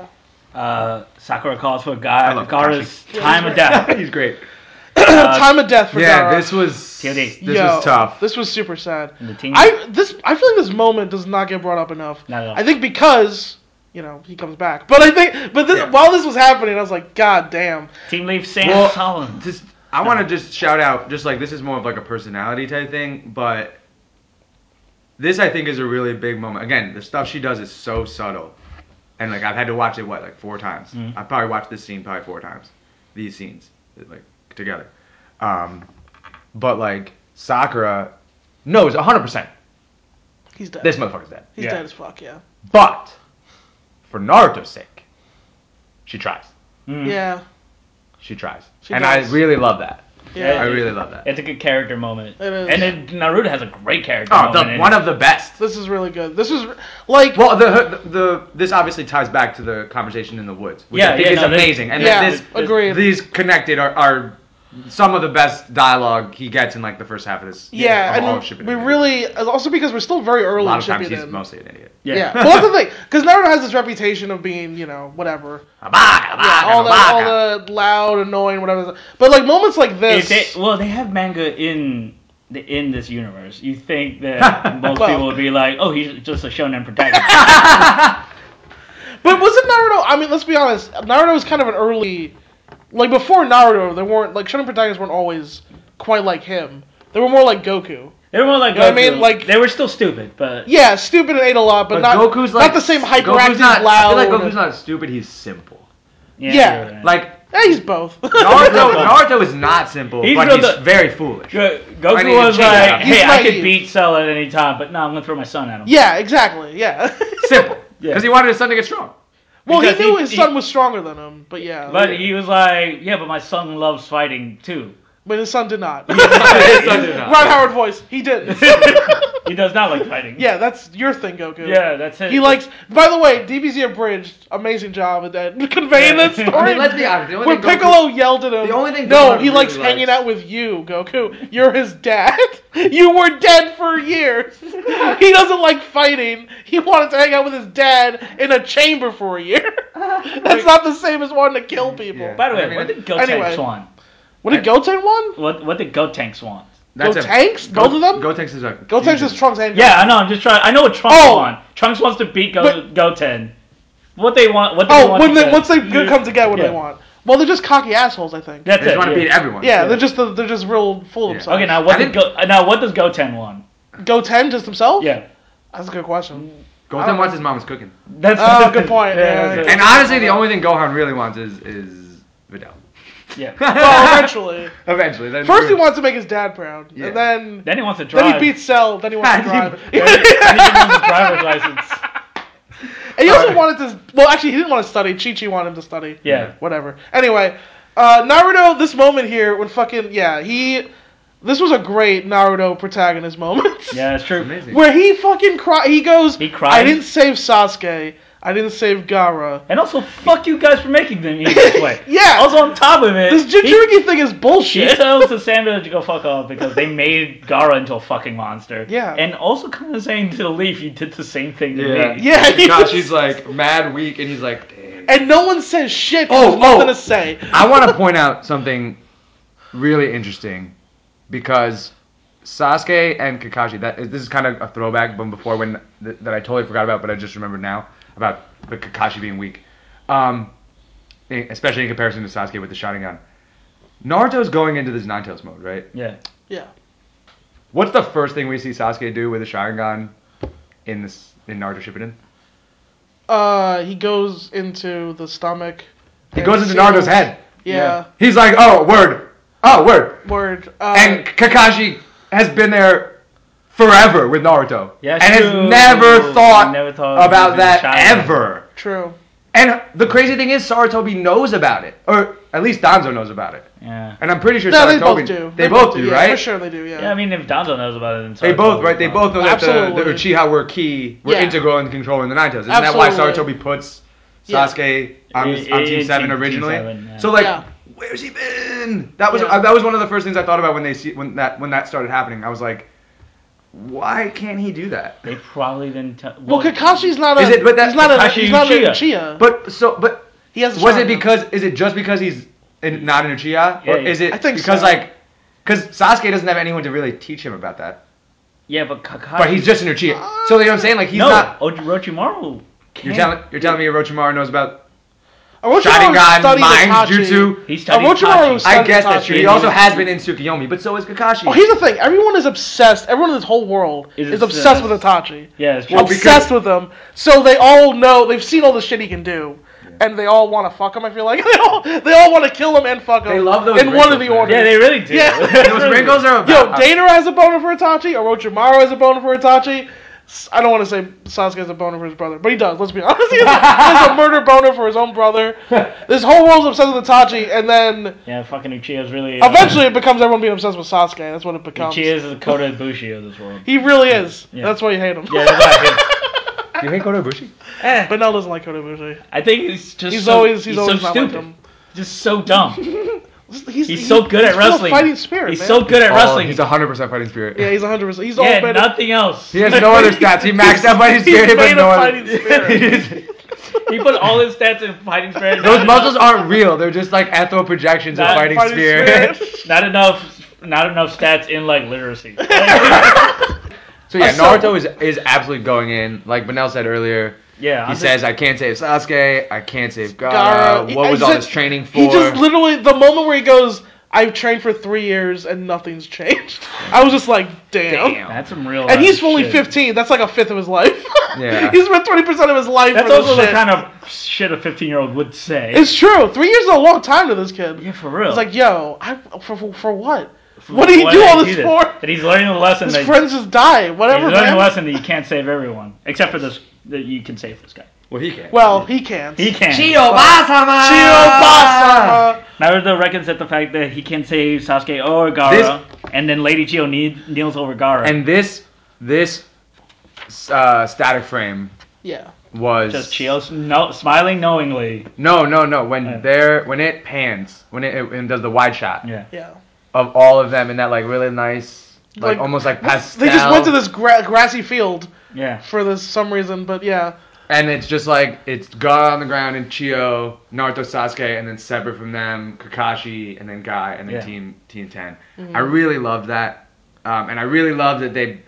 Speaker 2: Uh, Sakura calls for
Speaker 5: I
Speaker 2: Ga-
Speaker 5: love
Speaker 2: Gaara's
Speaker 5: Kakashi.
Speaker 2: time of death.
Speaker 5: He's great.
Speaker 2: uh,
Speaker 1: time of death for
Speaker 5: yeah,
Speaker 1: Gaara.
Speaker 5: this was
Speaker 2: TLD.
Speaker 5: this
Speaker 1: Yo,
Speaker 5: was tough.
Speaker 1: This was super sad.
Speaker 2: the team.
Speaker 1: I this I feel like this moment does not get brought up enough.
Speaker 2: Not at all.
Speaker 1: I think because you know he comes back, but I think but this,
Speaker 5: Yeah.
Speaker 1: while this was happening, I was like, God damn,
Speaker 2: Team Leaf Sam
Speaker 5: Well,
Speaker 2: Solomon.
Speaker 5: Just, I want to just shout out, just like this is more of like a personality type thing, but this I think is a really big moment. Again, the stuff she does is so subtle, and like I've had to watch it what like four times.
Speaker 2: Mhm.
Speaker 5: I've probably watched this scene probably four times, these scenes like together. Um, but like Sakura knows 100 percent
Speaker 1: he's dead.
Speaker 5: this motherfucker's dead.
Speaker 1: he's
Speaker 2: yeah.
Speaker 1: dead as fuck. Yeah.
Speaker 5: But for Naruto's sake, she tries.
Speaker 2: Mm.
Speaker 1: Yeah.
Speaker 5: She tries,
Speaker 1: She
Speaker 5: and
Speaker 1: does.
Speaker 5: I really love that.
Speaker 1: Yeah.
Speaker 5: I really love that.
Speaker 2: It's a good character moment.
Speaker 1: It is.
Speaker 2: And then Naruto has a great character
Speaker 5: Oh,
Speaker 2: moment.
Speaker 5: the,
Speaker 2: in
Speaker 5: one
Speaker 2: it.
Speaker 5: of the best.
Speaker 1: This is really good. This is like
Speaker 5: Well, the, the this obviously ties back to the conversation in the woods, which
Speaker 2: Yeah,
Speaker 5: I think
Speaker 2: yeah,
Speaker 5: is
Speaker 2: no, this-
Speaker 5: amazing. And
Speaker 1: yeah,
Speaker 5: this,
Speaker 1: agreed.
Speaker 5: these connected are, are some of the best dialogue he gets in like the first half of this.
Speaker 1: yeah,
Speaker 5: of all of
Speaker 1: and
Speaker 5: Shippuden.
Speaker 1: we really also because we're still very
Speaker 5: a
Speaker 1: early
Speaker 5: lot
Speaker 1: in
Speaker 5: of times he's
Speaker 1: Shippuden.
Speaker 5: mostly an idiot.
Speaker 2: Yeah.
Speaker 1: yeah. well, that's the thing because Naruto has this reputation of being you know whatever.
Speaker 5: Abaga, abaga,
Speaker 1: Yeah, all the all
Speaker 5: abaga.
Speaker 1: the loud, annoying, whatever. But like moments like
Speaker 2: If
Speaker 1: this.
Speaker 2: they- well, they have manga in the, in this universe. You think that most
Speaker 1: Well-
Speaker 2: people would be like, "Oh, he's just a shonen protagonist."
Speaker 1: But wasn't Naruto? I mean, let's be honest. Naruto was kind of an early, like before Naruto, they weren't like shonen protagonists weren't always quite like him. They were more like Goku.
Speaker 2: they were more like,
Speaker 1: You know what I
Speaker 2: Goku.
Speaker 1: mean? Like-
Speaker 2: they were still stupid, but
Speaker 1: Yeah, stupid and ate a lot, but,
Speaker 5: But
Speaker 1: not
Speaker 5: Goku's
Speaker 1: not
Speaker 5: like
Speaker 1: the same hyperactive
Speaker 5: Goku's not,
Speaker 1: loud.
Speaker 5: I feel like Goku's not stupid. He's simple.
Speaker 1: yeah.
Speaker 2: you're right.
Speaker 5: Like
Speaker 1: Yeah, he's both.
Speaker 5: Naruto,
Speaker 2: real
Speaker 5: Naruto is not simple,
Speaker 2: He's
Speaker 5: but
Speaker 2: real
Speaker 5: he's
Speaker 2: du-
Speaker 5: very foolish.
Speaker 2: Go-
Speaker 5: I
Speaker 2: Goku
Speaker 5: need to
Speaker 2: was
Speaker 5: change that
Speaker 2: like,
Speaker 5: up.
Speaker 2: "Hey,
Speaker 1: He's
Speaker 2: I
Speaker 1: like-
Speaker 2: could beat Cell at any time, but no, I'm gonna throw my son at him."
Speaker 1: yeah, exactly. Yeah.
Speaker 5: Simple,
Speaker 2: Yeah.
Speaker 5: because he wanted his son to get strong.
Speaker 1: well, he
Speaker 2: Because
Speaker 1: knew
Speaker 2: he-
Speaker 1: his
Speaker 2: he-
Speaker 1: son was stronger than him, but yeah.
Speaker 2: But he was like, "Yeah, but my son loves fighting too.
Speaker 1: But his son did not.
Speaker 5: His son did not.
Speaker 1: Ron Howard voice. He didn't.
Speaker 2: He does not like fighting."
Speaker 1: yeah, that's your thing, Goku.
Speaker 2: yeah, that's it.
Speaker 1: He likes. By the way, DBZ abridged. Amazing job at that conveying
Speaker 2: Yeah.
Speaker 1: that story.
Speaker 5: I mean, let's be honest. the only
Speaker 1: When
Speaker 5: thing Goku-
Speaker 1: Piccolo yelled at him,
Speaker 5: The only thing
Speaker 1: no,
Speaker 5: Gohan
Speaker 1: he likes
Speaker 5: really
Speaker 1: hanging
Speaker 5: likes-
Speaker 1: out with you, Goku. You're his dad. you were dead for years. he doesn't like fighting. He wanted to hang out with his dad in a chamber for a year. That's not the same as wanting to kill people.
Speaker 5: Yeah.
Speaker 2: By the way,
Speaker 5: I mean,
Speaker 2: what did Gotenks
Speaker 1: anyway.
Speaker 2: want?
Speaker 1: What did Goten won?
Speaker 2: What what did Gotenks want?
Speaker 5: That's
Speaker 1: Go
Speaker 5: a-
Speaker 1: tanks?
Speaker 5: Go-
Speaker 1: Both of them?
Speaker 5: Go tanks is a
Speaker 1: Goten's just Trunks and
Speaker 2: Yeah, I know. I'm just trying. I know what Trunks
Speaker 1: Oh!
Speaker 2: wants. Trunks wants to beat Go-
Speaker 1: But-
Speaker 2: Goten. What they want? What they
Speaker 1: Oh,
Speaker 2: want
Speaker 1: when
Speaker 2: to
Speaker 1: they
Speaker 2: get.
Speaker 1: once they g- come together, what do
Speaker 2: Yeah.
Speaker 1: they want? Well, they're just cocky assholes, I think.
Speaker 2: That's
Speaker 5: They just
Speaker 2: it.
Speaker 5: want to
Speaker 2: yeah.
Speaker 5: beat everyone.
Speaker 1: Yeah, they're just they're just real full of
Speaker 5: Yeah.
Speaker 1: themselves.
Speaker 2: Okay, now what
Speaker 5: I
Speaker 2: did Go-
Speaker 5: didn't-
Speaker 2: now what does Goten want?
Speaker 1: Goten just himself?
Speaker 2: Yeah,
Speaker 1: that's a good question.
Speaker 5: Gohan wants his mom's cooking.
Speaker 2: that's
Speaker 1: Oh, good point, yeah.
Speaker 2: that's it.
Speaker 5: And honestly, the only thing Gohan really wants is is Videl.
Speaker 2: yeah.
Speaker 1: Well, eventually,
Speaker 5: Eventually. then-
Speaker 1: first he wants to make his dad proud,
Speaker 5: Yeah.
Speaker 1: and then
Speaker 2: Then he wants to drive.
Speaker 1: Then he beats Cell. Then he wants to
Speaker 5: Then
Speaker 1: drive.
Speaker 5: he-
Speaker 2: Then he- then he gives him a driver's license.
Speaker 1: and he also wanted to. Well, actually, he didn't want to study. Chi Chi wanted him to study.
Speaker 2: Yeah.
Speaker 1: Whatever. Anyway, uh, Naruto. This moment here, when fucking yeah, he. This was a great Naruto protagonist moment.
Speaker 2: Yeah, it's true.
Speaker 5: Amazing.
Speaker 1: Where he fucking cry. He goes.
Speaker 2: He cried.
Speaker 1: I didn't save Sasuke. I didn't save Gara.
Speaker 2: And also, fuck you guys for making them eat this way.
Speaker 1: Yeah.
Speaker 2: Also, on top of it,
Speaker 1: This
Speaker 2: he,
Speaker 1: Jinchuriki thing is
Speaker 2: he
Speaker 1: bullshit.
Speaker 2: tells the Samuel to go fuck off because they made Gara into a fucking monster.
Speaker 1: Yeah.
Speaker 2: And also, kind of saying to the Leaf, you did the same thing to me.
Speaker 1: Yeah, he
Speaker 5: Gosh,
Speaker 1: was-
Speaker 5: he's like mad weak, and he's like, "Dang."
Speaker 1: And no one says shit. 'cause
Speaker 5: Oh,
Speaker 1: there's nothing
Speaker 5: oh.
Speaker 1: to say.
Speaker 5: I want to point out something really interesting because Sasuke and Kakashi. That is- this is kind of a throwback from before when th- that I totally forgot about, but I just remembered now about the Kakashi being weak, um, e- especially in comparison to Sasuke with the Sharingan. Naruto's going into this Nine Tails mode, right?
Speaker 2: Yeah.
Speaker 1: Yeah.
Speaker 5: What's the first thing we see Sasuke do with a Sharingan in this in Naruto Shippuden?
Speaker 1: Uh, he goes into the stomach.
Speaker 5: He
Speaker 1: and
Speaker 5: goes into
Speaker 1: seals-
Speaker 5: Naruto's head.
Speaker 1: Yeah.
Speaker 5: He's like, "Oh, word. Oh, word."
Speaker 1: Word. Uh,
Speaker 5: And
Speaker 2: Um,
Speaker 5: Kakashi has been there forever with Naruto.
Speaker 2: Yeah,
Speaker 5: and has
Speaker 2: true.
Speaker 5: never thought,
Speaker 2: Never thought
Speaker 5: about
Speaker 2: of
Speaker 5: that
Speaker 2: Sharingan.
Speaker 5: ever.
Speaker 1: true.
Speaker 5: And the crazy thing is Sarutobi knows about it. Or at least Danzo knows about it.
Speaker 2: Yeah.
Speaker 5: And I'm pretty sure
Speaker 1: No,
Speaker 5: Sarutobi
Speaker 1: they both do.
Speaker 5: They, both, do,
Speaker 1: yeah,
Speaker 5: right?
Speaker 1: For sure they do. Yeah.
Speaker 2: Yeah, I mean, if Donzo knows about it, then
Speaker 5: They
Speaker 2: Sarko
Speaker 5: both,
Speaker 2: knows
Speaker 5: right? They
Speaker 2: about it.
Speaker 5: both know that the, the
Speaker 1: Absolutely.
Speaker 5: Uchiha were key, were
Speaker 1: Yeah.
Speaker 5: integral in controlling the Nine Tails. Isn't that why
Speaker 1: Absolutely.
Speaker 5: Sarutobi puts
Speaker 1: Yeah.
Speaker 5: Sasuke on,
Speaker 2: I-
Speaker 5: this- on
Speaker 2: I-
Speaker 5: Team
Speaker 2: Team-
Speaker 5: Seven
Speaker 2: Team
Speaker 5: originally?
Speaker 2: Seven, yeah.
Speaker 5: So like,
Speaker 1: Yeah.
Speaker 5: where's he been? That was
Speaker 1: Yeah.
Speaker 5: uh, that was one of the first things I thought about when they see when that when that started happening. I was like, why can't he do that?
Speaker 2: They probably didn't tell.
Speaker 1: Well, Kakashi's not a.
Speaker 5: Is it- but that-
Speaker 1: he's not a.
Speaker 2: Kakashi
Speaker 1: He's not a
Speaker 2: Uchiha.
Speaker 1: Uchiha.
Speaker 5: But so but
Speaker 1: he has. a
Speaker 5: was
Speaker 1: Sharingan.
Speaker 5: it because is it just because he's in, not in Uchiha? or
Speaker 2: Yeah,
Speaker 5: is it
Speaker 1: I think
Speaker 5: because
Speaker 1: so.
Speaker 5: like because Sasuke doesn't have anyone to really teach him about that,
Speaker 2: Yeah, but Kakashi.
Speaker 5: but he's just an Uchiha. So you know what I'm saying? Like he's
Speaker 2: no.
Speaker 5: not.
Speaker 2: Orochi- Orochimaru. Can't.
Speaker 5: You're telling you're telling me Orochimaru knows about
Speaker 1: Orochimaru
Speaker 5: Sharingan,
Speaker 1: studied
Speaker 5: Mind,
Speaker 1: Itachi.
Speaker 5: Jutsu.
Speaker 2: He's studying
Speaker 1: Orochimaru
Speaker 2: Itachi.
Speaker 1: studied
Speaker 5: I guess that's
Speaker 1: Itachi.
Speaker 5: true. He also has been in Tsukuyomi, but so is Kakashi.
Speaker 1: Oh, here's the thing. Everyone is obsessed. Everyone in this whole world
Speaker 2: Is
Speaker 1: is,
Speaker 2: obsessed.
Speaker 1: obsessed with Itachi.
Speaker 2: Yeah, it's
Speaker 5: Well,
Speaker 2: true.
Speaker 5: because-
Speaker 1: obsessed with him. So they all know they've seen all the shit he can do, and they all want to fuck him. I feel like they all they all want to kill him and fuck him.
Speaker 5: They love those
Speaker 1: in one of
Speaker 5: wrinkles,
Speaker 1: the
Speaker 5: man.
Speaker 1: orders.
Speaker 2: yeah, they really do.
Speaker 1: Yeah.
Speaker 5: Those wrinkles are
Speaker 1: Yo,
Speaker 5: about-
Speaker 1: Dana has a boner for Itachi. Orochimaru has a boner for Itachi. S- I don't want to say Sasuke has a boner for his brother, but he does. Let's be honest. He has a, he has a murder boner for his own brother. This whole world's obsessed with Itachi, and then
Speaker 2: Yeah, fucking Uchiha's really. Uh,
Speaker 1: eventually it becomes everyone being obsessed with Sasuke. That's what it becomes.
Speaker 2: Uchiha's the Kota Ibushi of this world.
Speaker 1: He really is.
Speaker 2: Yeah.
Speaker 1: That's why you hate him.
Speaker 2: Yeah, that's what I think.
Speaker 5: Do you hate Kotobushi?
Speaker 2: Eh,
Speaker 1: But Nell doesn't like Kota Ibushi.
Speaker 2: I think he's just.
Speaker 1: He's
Speaker 2: so,
Speaker 1: always he's, always
Speaker 2: so
Speaker 1: not
Speaker 2: stupid.
Speaker 1: like him.
Speaker 2: Just so dumb.
Speaker 1: He's,
Speaker 2: He's so good at
Speaker 1: full of
Speaker 2: wrestling.
Speaker 1: Fighting spirit.
Speaker 2: He's
Speaker 1: man.
Speaker 2: so good at
Speaker 5: Oh,
Speaker 2: wrestling.
Speaker 5: He's 100 percent fighting spirit.
Speaker 1: Yeah, he's 100. percent He's all
Speaker 2: yeah,
Speaker 1: made of-
Speaker 2: nothing else.
Speaker 5: He has no other stats. He maxed out fighting
Speaker 1: He's
Speaker 5: spirit, but
Speaker 1: made
Speaker 5: no
Speaker 1: of
Speaker 5: other.
Speaker 1: fighting spirit.
Speaker 2: He put all his stats in fighting spirit.
Speaker 5: Those
Speaker 2: Not
Speaker 5: muscles
Speaker 2: enough-
Speaker 5: aren't real. They're just like ethno projections of
Speaker 2: Not
Speaker 5: fighting,
Speaker 1: fighting
Speaker 5: spirit.
Speaker 1: spirit.
Speaker 2: Not enough. Not enough stats in like literacy.
Speaker 5: so yeah,
Speaker 1: Uh, so-
Speaker 5: Naruto is is absolutely going in. Like Benel said earlier,
Speaker 2: yeah.
Speaker 5: he
Speaker 2: I'm
Speaker 5: says, "I can't save Sasuke. I can't save Gara.
Speaker 1: Gaara.
Speaker 5: What
Speaker 1: He-
Speaker 5: was
Speaker 1: he
Speaker 5: all
Speaker 1: said-
Speaker 5: this training for?"
Speaker 1: He just literally the moment where he goes, "I've trained for three years and nothing's changed." I was just like, "Damn."
Speaker 5: Damn.
Speaker 2: That's some real.
Speaker 1: And he's
Speaker 2: shit.
Speaker 1: only 15. That's like a fifth of his life.
Speaker 5: Yeah.
Speaker 1: he's spent 20 percent of his life.
Speaker 2: That's
Speaker 1: for
Speaker 2: also
Speaker 1: this
Speaker 2: the
Speaker 1: shit.
Speaker 2: kind of shit a 15 year old would say.
Speaker 1: It's true. Three years is a long time to this kid.
Speaker 2: yeah, for real.
Speaker 1: It's like, yo, I, for, for for what? what do you
Speaker 2: Why
Speaker 1: do all
Speaker 2: did
Speaker 1: this
Speaker 2: he
Speaker 1: for?
Speaker 2: And he's learning the lesson.
Speaker 1: His
Speaker 2: That,
Speaker 1: friends just die.
Speaker 2: he's
Speaker 1: Whatever.
Speaker 2: learning
Speaker 1: man.
Speaker 2: the lesson that you can't save everyone, except for this. That you can save this guy.
Speaker 5: well, he can't.
Speaker 1: Well, he can't. Ah.
Speaker 2: He can.
Speaker 5: Basama.
Speaker 1: Chiyobasa!
Speaker 2: Naruto reckons at the fact that he can save Sasuke or Gaara, and then Lady Chio kne- kneels over Gaara.
Speaker 5: And this this uh, static frame
Speaker 1: Yeah.
Speaker 5: was
Speaker 2: just Chio's no- smiling knowingly.
Speaker 5: No, no, no. When
Speaker 2: Yeah.
Speaker 5: there when it pans, when it, it, it does the wide shot
Speaker 2: Yeah.
Speaker 1: Yeah.
Speaker 5: of all of them in that like really nice, like,
Speaker 1: Like,
Speaker 5: almost like pastel.
Speaker 1: They just went to this gra- grassy field
Speaker 2: Yeah.
Speaker 1: for this some reason, but yeah.
Speaker 5: And it's just like it's Gara on the ground and Chio, Naruto, Sasuke, and then separate from them, Kakashi, and then Guy, and then
Speaker 2: Yeah.
Speaker 5: Team Team 10 I really love that, um, and I really love that they,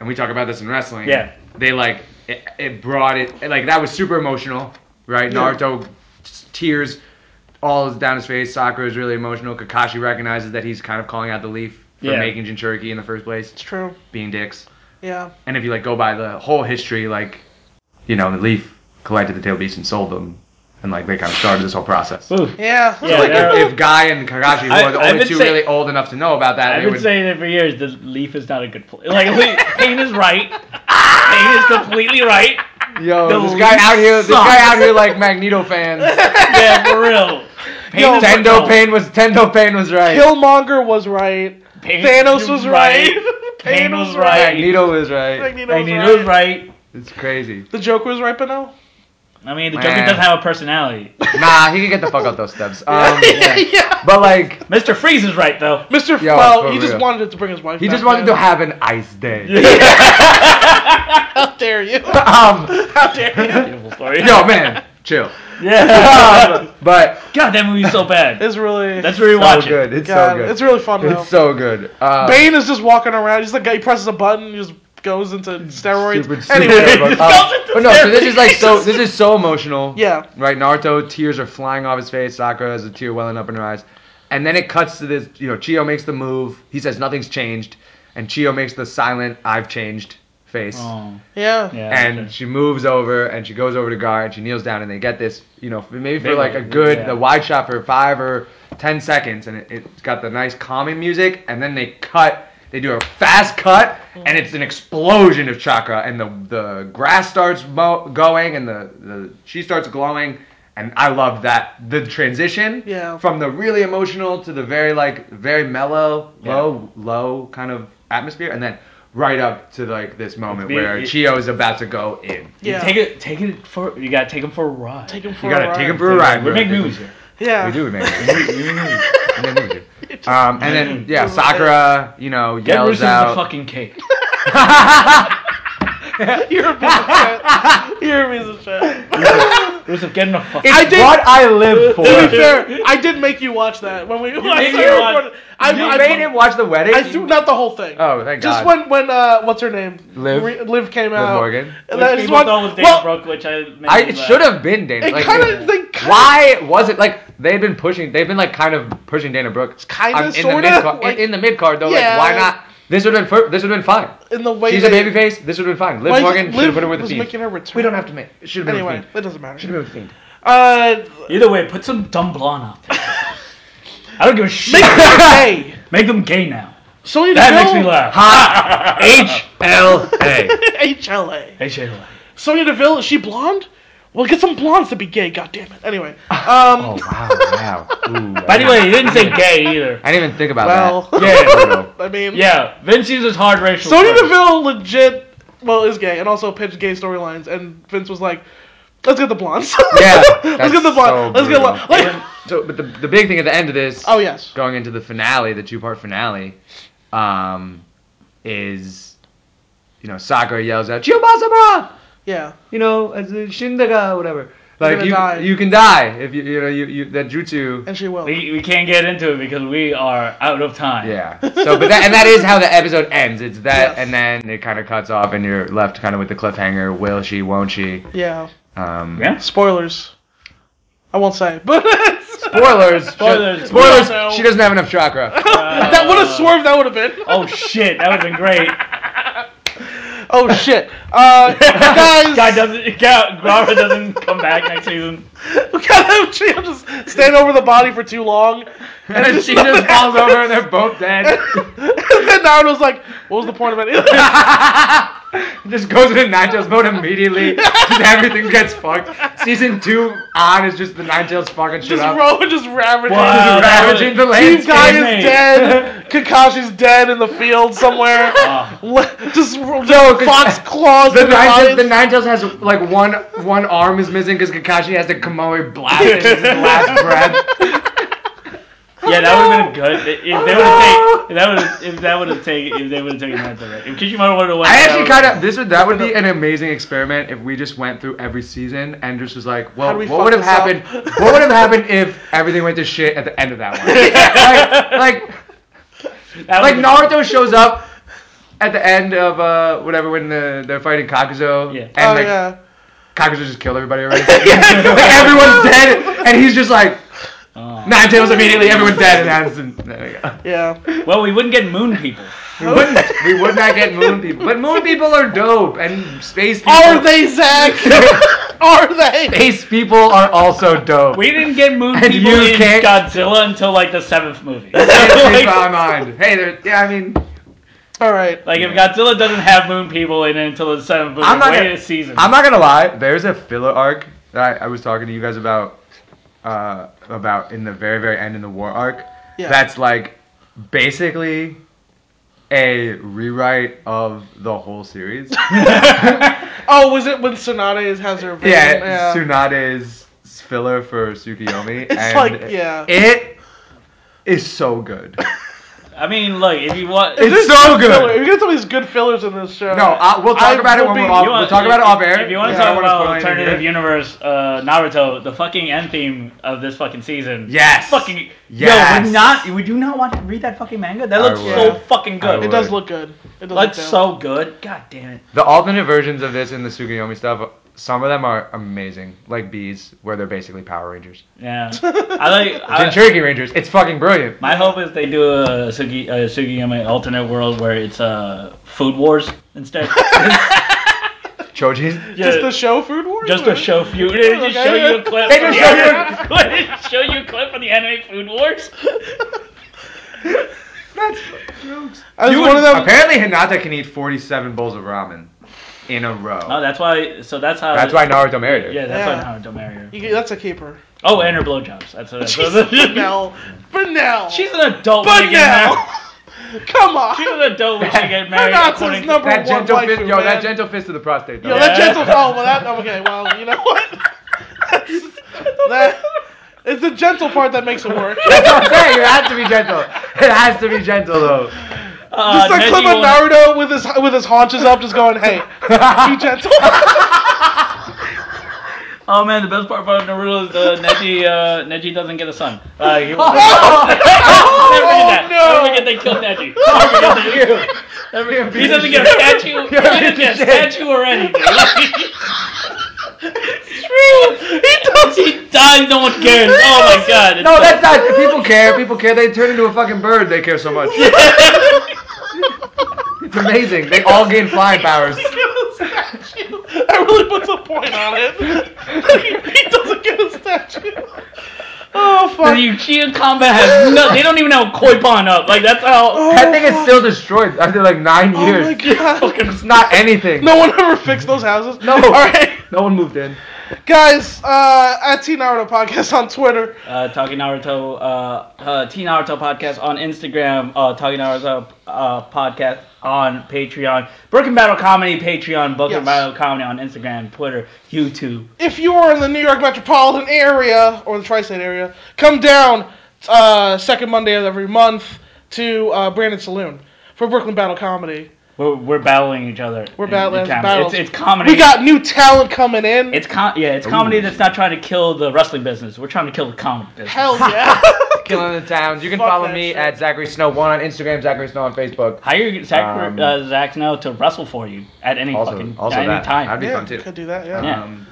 Speaker 5: and we talk about this in wrestling.
Speaker 2: Yeah.
Speaker 5: They like it, it brought it like that was super emotional, right? Naruto s- tears all down his face. Sakura is really emotional. Kakashi recognizes that he's kind of calling out the leaf for
Speaker 2: Yeah.
Speaker 5: making Jinchuriki in the first place,
Speaker 1: It's true.
Speaker 5: being dicks.
Speaker 1: Yeah.
Speaker 5: And if you like go by the whole history, like you know, the Leaf collected the tail beasts and sold them, and like they kind of started this whole process.
Speaker 2: Oof.
Speaker 1: Yeah.
Speaker 2: Yeah,
Speaker 1: Like,
Speaker 2: they're-
Speaker 5: If Guy and Kakashi
Speaker 2: I-
Speaker 5: were the
Speaker 2: I've
Speaker 5: only
Speaker 2: been
Speaker 5: two
Speaker 2: saying-
Speaker 5: really old enough to know about that,
Speaker 2: I've
Speaker 5: they
Speaker 2: been
Speaker 5: would.
Speaker 2: saying it for years. The Leaf is not a good play. Like Le- Payne is right. Payne is completely right.
Speaker 5: Yo,
Speaker 2: The
Speaker 5: this guy
Speaker 2: Leaf
Speaker 5: out here, this
Speaker 2: sucks.
Speaker 5: guy out here, like Magneto fans.
Speaker 2: Yeah, for real. Payne
Speaker 1: Yo,
Speaker 2: is right.
Speaker 5: Tendo Pain was Tendo Pain was right.
Speaker 1: Killmonger was right.
Speaker 2: Payne-
Speaker 1: Thanos was right.
Speaker 2: Payne was right.
Speaker 5: Magneto was right.
Speaker 1: Magneto was
Speaker 2: Magneto was
Speaker 1: right.
Speaker 2: right.
Speaker 5: It's crazy.
Speaker 1: The Joker was right, but no.
Speaker 2: I mean, the Joker
Speaker 5: Man.
Speaker 2: doesn't have a personality.
Speaker 5: Nah, he can get the fuck out those steps. Um,
Speaker 1: yeah.
Speaker 5: But like,
Speaker 2: Mr. Freeze is right though.
Speaker 1: Mr.
Speaker 5: Yo, for
Speaker 1: well, he just
Speaker 5: real.
Speaker 1: wanted to bring his wife.
Speaker 5: he
Speaker 1: back,
Speaker 5: just wanted
Speaker 1: man.
Speaker 5: to have an ice day.
Speaker 1: How dare you?
Speaker 5: Um,
Speaker 1: How dare you?
Speaker 2: Beautiful story.
Speaker 5: yo, man, chill.
Speaker 2: Yeah.
Speaker 5: Um, but
Speaker 2: God, that movie's so bad.
Speaker 1: It's really.
Speaker 2: That's where you
Speaker 5: so
Speaker 2: watch it.
Speaker 5: good. It's
Speaker 1: God,
Speaker 5: so good.
Speaker 1: It's really fun though.
Speaker 5: It's so good. Uh,
Speaker 1: Bane is just walking around. He's the guy. He presses a button. He just goes into steroids.
Speaker 5: super, super
Speaker 1: anyway,
Speaker 5: terrible.
Speaker 2: Just
Speaker 5: Uh,
Speaker 2: goes into
Speaker 5: but no, so this
Speaker 2: therapy.
Speaker 5: is like so. This is so emotional.
Speaker 1: yeah.
Speaker 5: Right, Naruto tears are flying off his face. Sakura has a tear welling up in her eyes, and then it cuts to this. You know, Chio makes the move. He says nothing's changed, and Chio makes the silent "I've changed" face.
Speaker 2: Oh,
Speaker 1: Yeah.
Speaker 2: yeah.
Speaker 5: And
Speaker 2: okay.
Speaker 5: she moves over and she goes over to Gar and she kneels down and they get this, you know, maybe for
Speaker 2: Big
Speaker 5: like a
Speaker 2: one,
Speaker 5: good
Speaker 2: yeah.
Speaker 5: the wide shot for five or ten seconds and it, it's got the nice calming music and then they cut they do a fast cut and it's an explosion of chakra and the the grass starts mo- going and the, the she starts glowing and I love that the transition
Speaker 1: Yeah.
Speaker 5: from the really emotional to the very like very mellow low low kind of atmosphere and then right up to like this moment
Speaker 2: Be-
Speaker 5: where
Speaker 2: it-
Speaker 5: Chio is about to go in.
Speaker 1: Yeah.
Speaker 2: Take it. Take it for. You gotta take him for a ride.
Speaker 1: Take him for
Speaker 5: You gotta
Speaker 1: a
Speaker 5: take him
Speaker 1: ride.
Speaker 5: for a ride.
Speaker 2: We
Speaker 5: bro.
Speaker 2: make movies here.
Speaker 1: Yeah.
Speaker 5: We do we make
Speaker 2: We make-
Speaker 5: movies.
Speaker 2: we make movies.
Speaker 5: We make movies. Um, and then yeah, Sakura, you know,
Speaker 2: Get
Speaker 5: yells
Speaker 2: Rusev the
Speaker 5: out.
Speaker 2: fucking cake.
Speaker 1: You're a piece of shit. You're a piece of shit.
Speaker 2: Rusev, get in the fuck.
Speaker 5: It's
Speaker 1: I did-
Speaker 5: what I live for.
Speaker 1: to be fair, I did make you watch that when we. when I
Speaker 2: made me
Speaker 1: started
Speaker 2: watch-
Speaker 1: recording. I,
Speaker 5: you
Speaker 1: I,
Speaker 5: made him watch the wedding.
Speaker 1: I threw not the whole thing.
Speaker 5: oh, thank
Speaker 1: just uh,
Speaker 5: God.
Speaker 1: when when uh, what's her name?
Speaker 5: Liv?
Speaker 1: Re- Liv came out.
Speaker 5: Morgan?
Speaker 1: And
Speaker 2: Which
Speaker 1: I just
Speaker 2: people
Speaker 1: want-
Speaker 2: thought was Dana
Speaker 1: well,
Speaker 2: Brooke, which I uh, made
Speaker 5: I
Speaker 2: me
Speaker 5: it
Speaker 2: laugh.
Speaker 5: should have been Dana.
Speaker 1: It
Speaker 5: Like,
Speaker 1: kind of they kind
Speaker 5: why was it like they've been pushing? They've been like kind of pushing Dana Brooke.
Speaker 1: kinda,
Speaker 5: Um, in, the
Speaker 1: sorta,
Speaker 5: mid-card, in-
Speaker 1: like-
Speaker 5: in, the mid card though.
Speaker 1: Yeah.
Speaker 5: Like why not? This would have been per- this would have been fine.
Speaker 1: in the way
Speaker 5: She's a
Speaker 1: they-
Speaker 5: baby face. This would have been fine. Liv
Speaker 1: Like,
Speaker 5: Morgan should
Speaker 1: Liv
Speaker 5: have put her with the
Speaker 1: was
Speaker 5: Fiend.
Speaker 1: making her return.
Speaker 5: We don't have to make. Should have been
Speaker 1: Anyway,
Speaker 5: with
Speaker 1: it doesn't
Speaker 5: Should have been
Speaker 1: matter.
Speaker 5: with Fiend.
Speaker 1: Uh,
Speaker 2: Either way, put some dumb blonde out there. I don't give a shit.
Speaker 1: make her gay.
Speaker 2: Make them gay now.
Speaker 1: Sonya
Speaker 2: That
Speaker 1: Deville.
Speaker 2: makes me laugh.
Speaker 5: Ha! H L A.
Speaker 1: HLA.
Speaker 2: Hey, Shayla.
Speaker 1: Sonya Deville, is she blonde? Well, get some blondes to be gay, goddammit. Anyway, um,
Speaker 5: Oh wow! Wow. Ooh,
Speaker 2: By the way, he didn't say gay either.
Speaker 5: I didn't even think about
Speaker 1: Well.
Speaker 5: that.
Speaker 2: Yeah.
Speaker 1: I mean,
Speaker 2: Yeah, Vince uses hard racial.
Speaker 1: Sonya
Speaker 2: slurs.
Speaker 1: Deville legit, well, is gay and also pitched gay storylines, and Vince was like, let's get the blondes.
Speaker 5: Yeah,
Speaker 1: let's
Speaker 5: that's
Speaker 1: get the
Speaker 5: so
Speaker 1: blonde. let's get the blonde.
Speaker 5: brutal.
Speaker 1: Like,
Speaker 5: So, but the, the big thing at the end of this,
Speaker 1: oh, yes.
Speaker 5: going into the finale, the two part finale, um, is you know Sakura yells out Chubasama,
Speaker 1: Yeah.
Speaker 5: you know, as a Shindaga, whatever.
Speaker 1: You're
Speaker 5: Like
Speaker 1: gonna
Speaker 5: you,
Speaker 1: die.
Speaker 5: you can die if you you know you, you that jutsu.
Speaker 1: And she will.
Speaker 2: We, we can't get into it because we are out of time.
Speaker 5: Yeah. So, but that and that is how the episode ends. It's that,
Speaker 1: Yes.
Speaker 5: and then it kind of cuts off, and you're left kind of with the cliffhanger: Will she? Won't she?
Speaker 1: Yeah.
Speaker 5: Um,
Speaker 2: Yeah.
Speaker 1: Spoilers. I won't say, but
Speaker 5: Spoilers.
Speaker 2: Spoilers.
Speaker 5: Spoilers.
Speaker 1: No.
Speaker 5: She doesn't have enough chakra.
Speaker 2: Uh,
Speaker 1: that would have swerved. That would have been.
Speaker 2: Oh shit, that would have been great.
Speaker 1: Oh shit, uh, guys!
Speaker 2: Guy doesn't. Guy, Guara doesn't come back next season.
Speaker 1: We gotta she will just stand over the body for too long,
Speaker 5: And then she just falls over, and they're both dead.
Speaker 1: and then Naruto's like, "What was the point of it?"
Speaker 5: just goes into Ninetales mode immediately. Just everything gets fucked. Season two on is just the Ninetales fucking shit
Speaker 1: just
Speaker 5: up.
Speaker 1: row and just ravaging.
Speaker 2: Wow.
Speaker 5: Just ravaging the
Speaker 1: Team guy
Speaker 5: landscape.
Speaker 2: Mate.
Speaker 1: is dead. Kakashi's dead in the field somewhere.
Speaker 2: Uh,
Speaker 1: Le- just
Speaker 5: No,
Speaker 1: no,
Speaker 5: 'cause
Speaker 1: fox claws
Speaker 5: The
Speaker 1: through the
Speaker 5: Ninetales, the
Speaker 1: bodies.
Speaker 5: Ninetales has like one one arm is missing because Kakashi has the Komoe blast in his last breath. Oh,
Speaker 2: yeah, that would have been good. If they would have taken, that would if that would have taken, if they would have taken that direction. If Kishimoto would have went,
Speaker 5: I
Speaker 2: that
Speaker 5: actually
Speaker 2: would've
Speaker 5: kind of this would that would be an amazing experiment if we just went through every season and just was like,
Speaker 1: How
Speaker 5: well,
Speaker 1: do we
Speaker 5: what
Speaker 1: fuck
Speaker 5: would have
Speaker 1: this up?
Speaker 5: happened? What would have happened if everything went to shit at the end of that one? like, like
Speaker 2: been- that
Speaker 5: like
Speaker 2: would've been-
Speaker 5: Naruto shows up at the end of uh whatever when the, they're fighting Kakuzo.
Speaker 2: Yeah.
Speaker 5: And
Speaker 1: Oh
Speaker 5: like
Speaker 1: yeah.
Speaker 5: Kakuzo just killed everybody already. like everyone's dead and he's just like
Speaker 2: Oh.
Speaker 5: nine tails immediately, everyone's dead and that's and there we go.
Speaker 1: Yeah.
Speaker 2: Well, we wouldn't get moon people.
Speaker 5: We wouldn't we would not get moon people. But moon people are dope and space people
Speaker 1: Are they Zach? Are they?
Speaker 5: space people are also dope.
Speaker 2: We didn't get moon
Speaker 5: And
Speaker 2: people
Speaker 5: you
Speaker 2: in
Speaker 5: can't-
Speaker 2: Godzilla until like the seventh movie.
Speaker 5: It's in my
Speaker 2: like,
Speaker 5: mind. Hey there yeah, I mean
Speaker 1: All right.
Speaker 2: like, if Godzilla doesn't have moon people in it until the seventh movie,
Speaker 5: I'm not
Speaker 2: wait
Speaker 5: gonna-
Speaker 2: a season.
Speaker 5: I'm not gonna lie. There's a filler arc that I, I was talking to you guys about, uh, about in the very very end in the war arc.
Speaker 1: Yeah.
Speaker 5: That's like basically a rewrite of the whole series.
Speaker 1: Oh, was it when Sonata has her? vision?
Speaker 5: yeah, Tsunade's filler for Tsukiyomi.
Speaker 1: It's
Speaker 5: and
Speaker 1: like, yeah.
Speaker 5: It is so good.
Speaker 2: I mean, look, if you want,
Speaker 5: It's
Speaker 1: There's
Speaker 5: so
Speaker 1: good. Filler. If
Speaker 5: good.
Speaker 1: you're gonna tell me there's good fillers in this show.
Speaker 5: No, I, we'll talk
Speaker 1: I
Speaker 5: about it
Speaker 1: will
Speaker 5: when
Speaker 1: be-
Speaker 5: we're off.
Speaker 1: you
Speaker 5: We'll talk about it off air.
Speaker 2: If you want
Speaker 1: Yeah,
Speaker 2: to
Speaker 5: I
Speaker 2: talk
Speaker 5: don't wanna
Speaker 2: about
Speaker 5: spoil anything
Speaker 2: alternative
Speaker 5: here.
Speaker 2: universe, uh, Naruto, the fucking end theme of this fucking season.
Speaker 5: Yes.
Speaker 2: Fucking. Yo,
Speaker 5: Yes.
Speaker 2: would not. Would you not want to read that fucking manga? That
Speaker 5: I
Speaker 2: looks
Speaker 5: would.
Speaker 2: so fucking
Speaker 5: I
Speaker 1: it
Speaker 2: good.
Speaker 5: would.
Speaker 1: does look good. It does
Speaker 2: Looks
Speaker 1: look
Speaker 2: so good. God damn it.
Speaker 5: The alternate versions of this in the Tsukuyomi stuff, some of them are amazing, like bees, where they're basically Power Rangers.
Speaker 2: Yeah. I like. I,
Speaker 5: Jinchuriki Rangers, it's fucking brilliant.
Speaker 2: Uh, my hope is they do a Sugi a Sugiyama alternate world where it's uh food wars instead.
Speaker 5: Choji.
Speaker 2: Yeah,
Speaker 1: Just the show Food Wars.
Speaker 2: just a
Speaker 1: or-
Speaker 2: show feud. They just
Speaker 1: Okay.
Speaker 2: show you a clip.
Speaker 5: They
Speaker 2: from
Speaker 5: just
Speaker 2: the
Speaker 5: show you-
Speaker 2: anime- they show you a clip from the anime Food Wars.
Speaker 1: I was one of them.
Speaker 5: Apparently, Hinata can eat 47 bowls of ramen in a row.
Speaker 2: Oh, that's why. So that's how.
Speaker 5: That's why Naruto married her.
Speaker 2: Yeah, that's
Speaker 1: Yeah.
Speaker 2: why Naruto married her.
Speaker 1: You can- that's a keeper.
Speaker 2: Oh, and her blowjobs. That's what
Speaker 1: Jesus,
Speaker 2: that's.
Speaker 1: Fennel. Fennel.
Speaker 2: She's an adult when
Speaker 1: But
Speaker 2: they get
Speaker 1: now-
Speaker 2: married.
Speaker 1: Come on.
Speaker 2: She's an adult when she get married.
Speaker 1: Fennel's
Speaker 2: according to-
Speaker 1: number
Speaker 5: That
Speaker 1: one
Speaker 5: gentle
Speaker 1: waifu,
Speaker 5: fist, yo,
Speaker 1: man.
Speaker 5: that gentle fist to the prostate. Though.
Speaker 1: Yo, that gentle. Oh, well, that. Okay, well, you know what? that, it's the gentle part that makes it work.
Speaker 5: That's what I'm saying. It has to be gentle. It has to be gentle though.
Speaker 2: Uh,
Speaker 1: Just that clip
Speaker 2: Neji
Speaker 1: of
Speaker 2: will-
Speaker 1: Naruto with his with his haunches up, just going, "Hey, be gentle."
Speaker 2: Oh man, the best part about Naruto is uh, Neji. Uh, Neji doesn't get a son. Uh, he will- Never forget that.
Speaker 1: Oh, no. Oh,
Speaker 2: Never forget they killed Neji.
Speaker 5: Oh,
Speaker 2: Never forget they killed Neji. He doesn't get a statue. He doesn't get a statue or anything. it's true. He does. He dies. No one cares. Oh my god. It's
Speaker 5: No,
Speaker 2: so-
Speaker 5: that's not. People care. People care. They turn into a fucking bird. They care so much. it's amazing. They all gain flying powers.
Speaker 1: that really puts a point on it. he doesn't get a statue. Oh
Speaker 2: The
Speaker 1: fuck!
Speaker 2: Uchiha combat has no. They don't even have a koi pond up. Like that's how.
Speaker 5: That thing is still destroyed after like nine
Speaker 1: Oh my
Speaker 5: years.
Speaker 1: god!
Speaker 5: It's not anything.
Speaker 1: No one ever fixed those houses.
Speaker 5: No.
Speaker 1: All right,
Speaker 5: No one moved in.
Speaker 1: guys. Uh, at T Naruto podcast on Twitter.
Speaker 2: Uh, Talking Naruto, uh, uh, T Naruto podcast on Instagram, uh, Talking Naruto uh, podcast on Patreon, Broken Battle Comedy Patreon, Broken
Speaker 1: Yes.
Speaker 2: Battle Comedy on Instagram, Twitter, YouTube.
Speaker 1: if you are in the New York metropolitan area or the tri-state area, come down uh, second Monday of every month to uh, Brandon Saloon for Brooklyn Battle Comedy.
Speaker 2: We're, we're battling each other.
Speaker 1: We're
Speaker 2: in-
Speaker 1: battling
Speaker 2: in comedy.
Speaker 1: battles.
Speaker 2: It's, it's comedy.
Speaker 1: We got new talent coming in.
Speaker 2: it's com- yeah, it's comedy that's not trying to kill the wrestling business. We're trying to kill the comedy business.
Speaker 1: Hell yeah!
Speaker 5: Killing the towns. You can
Speaker 1: Fuck
Speaker 5: follow
Speaker 1: that
Speaker 5: me
Speaker 1: shit.
Speaker 5: at Zachary Snow One on Instagram, Zachary Snow on Facebook.
Speaker 2: Hire Zach,
Speaker 5: Um,
Speaker 2: uh, Zach Snow to wrestle for you at any
Speaker 5: Also-
Speaker 2: fucking
Speaker 5: also
Speaker 2: at any
Speaker 5: that.
Speaker 2: time.
Speaker 5: That'd be
Speaker 1: yeah,
Speaker 5: fun, too.
Speaker 1: could do that. Yeah.
Speaker 2: Yeah.
Speaker 5: Um,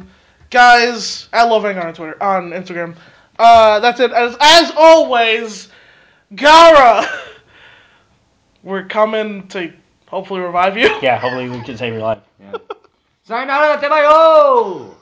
Speaker 1: Um, guys, at Love Anger on Twitter, on Instagram. Uh, that's it. As, as always, Gara, we're coming to hopefully revive you.
Speaker 2: yeah, hopefully we can save your life.
Speaker 5: Sayonara, Temayo!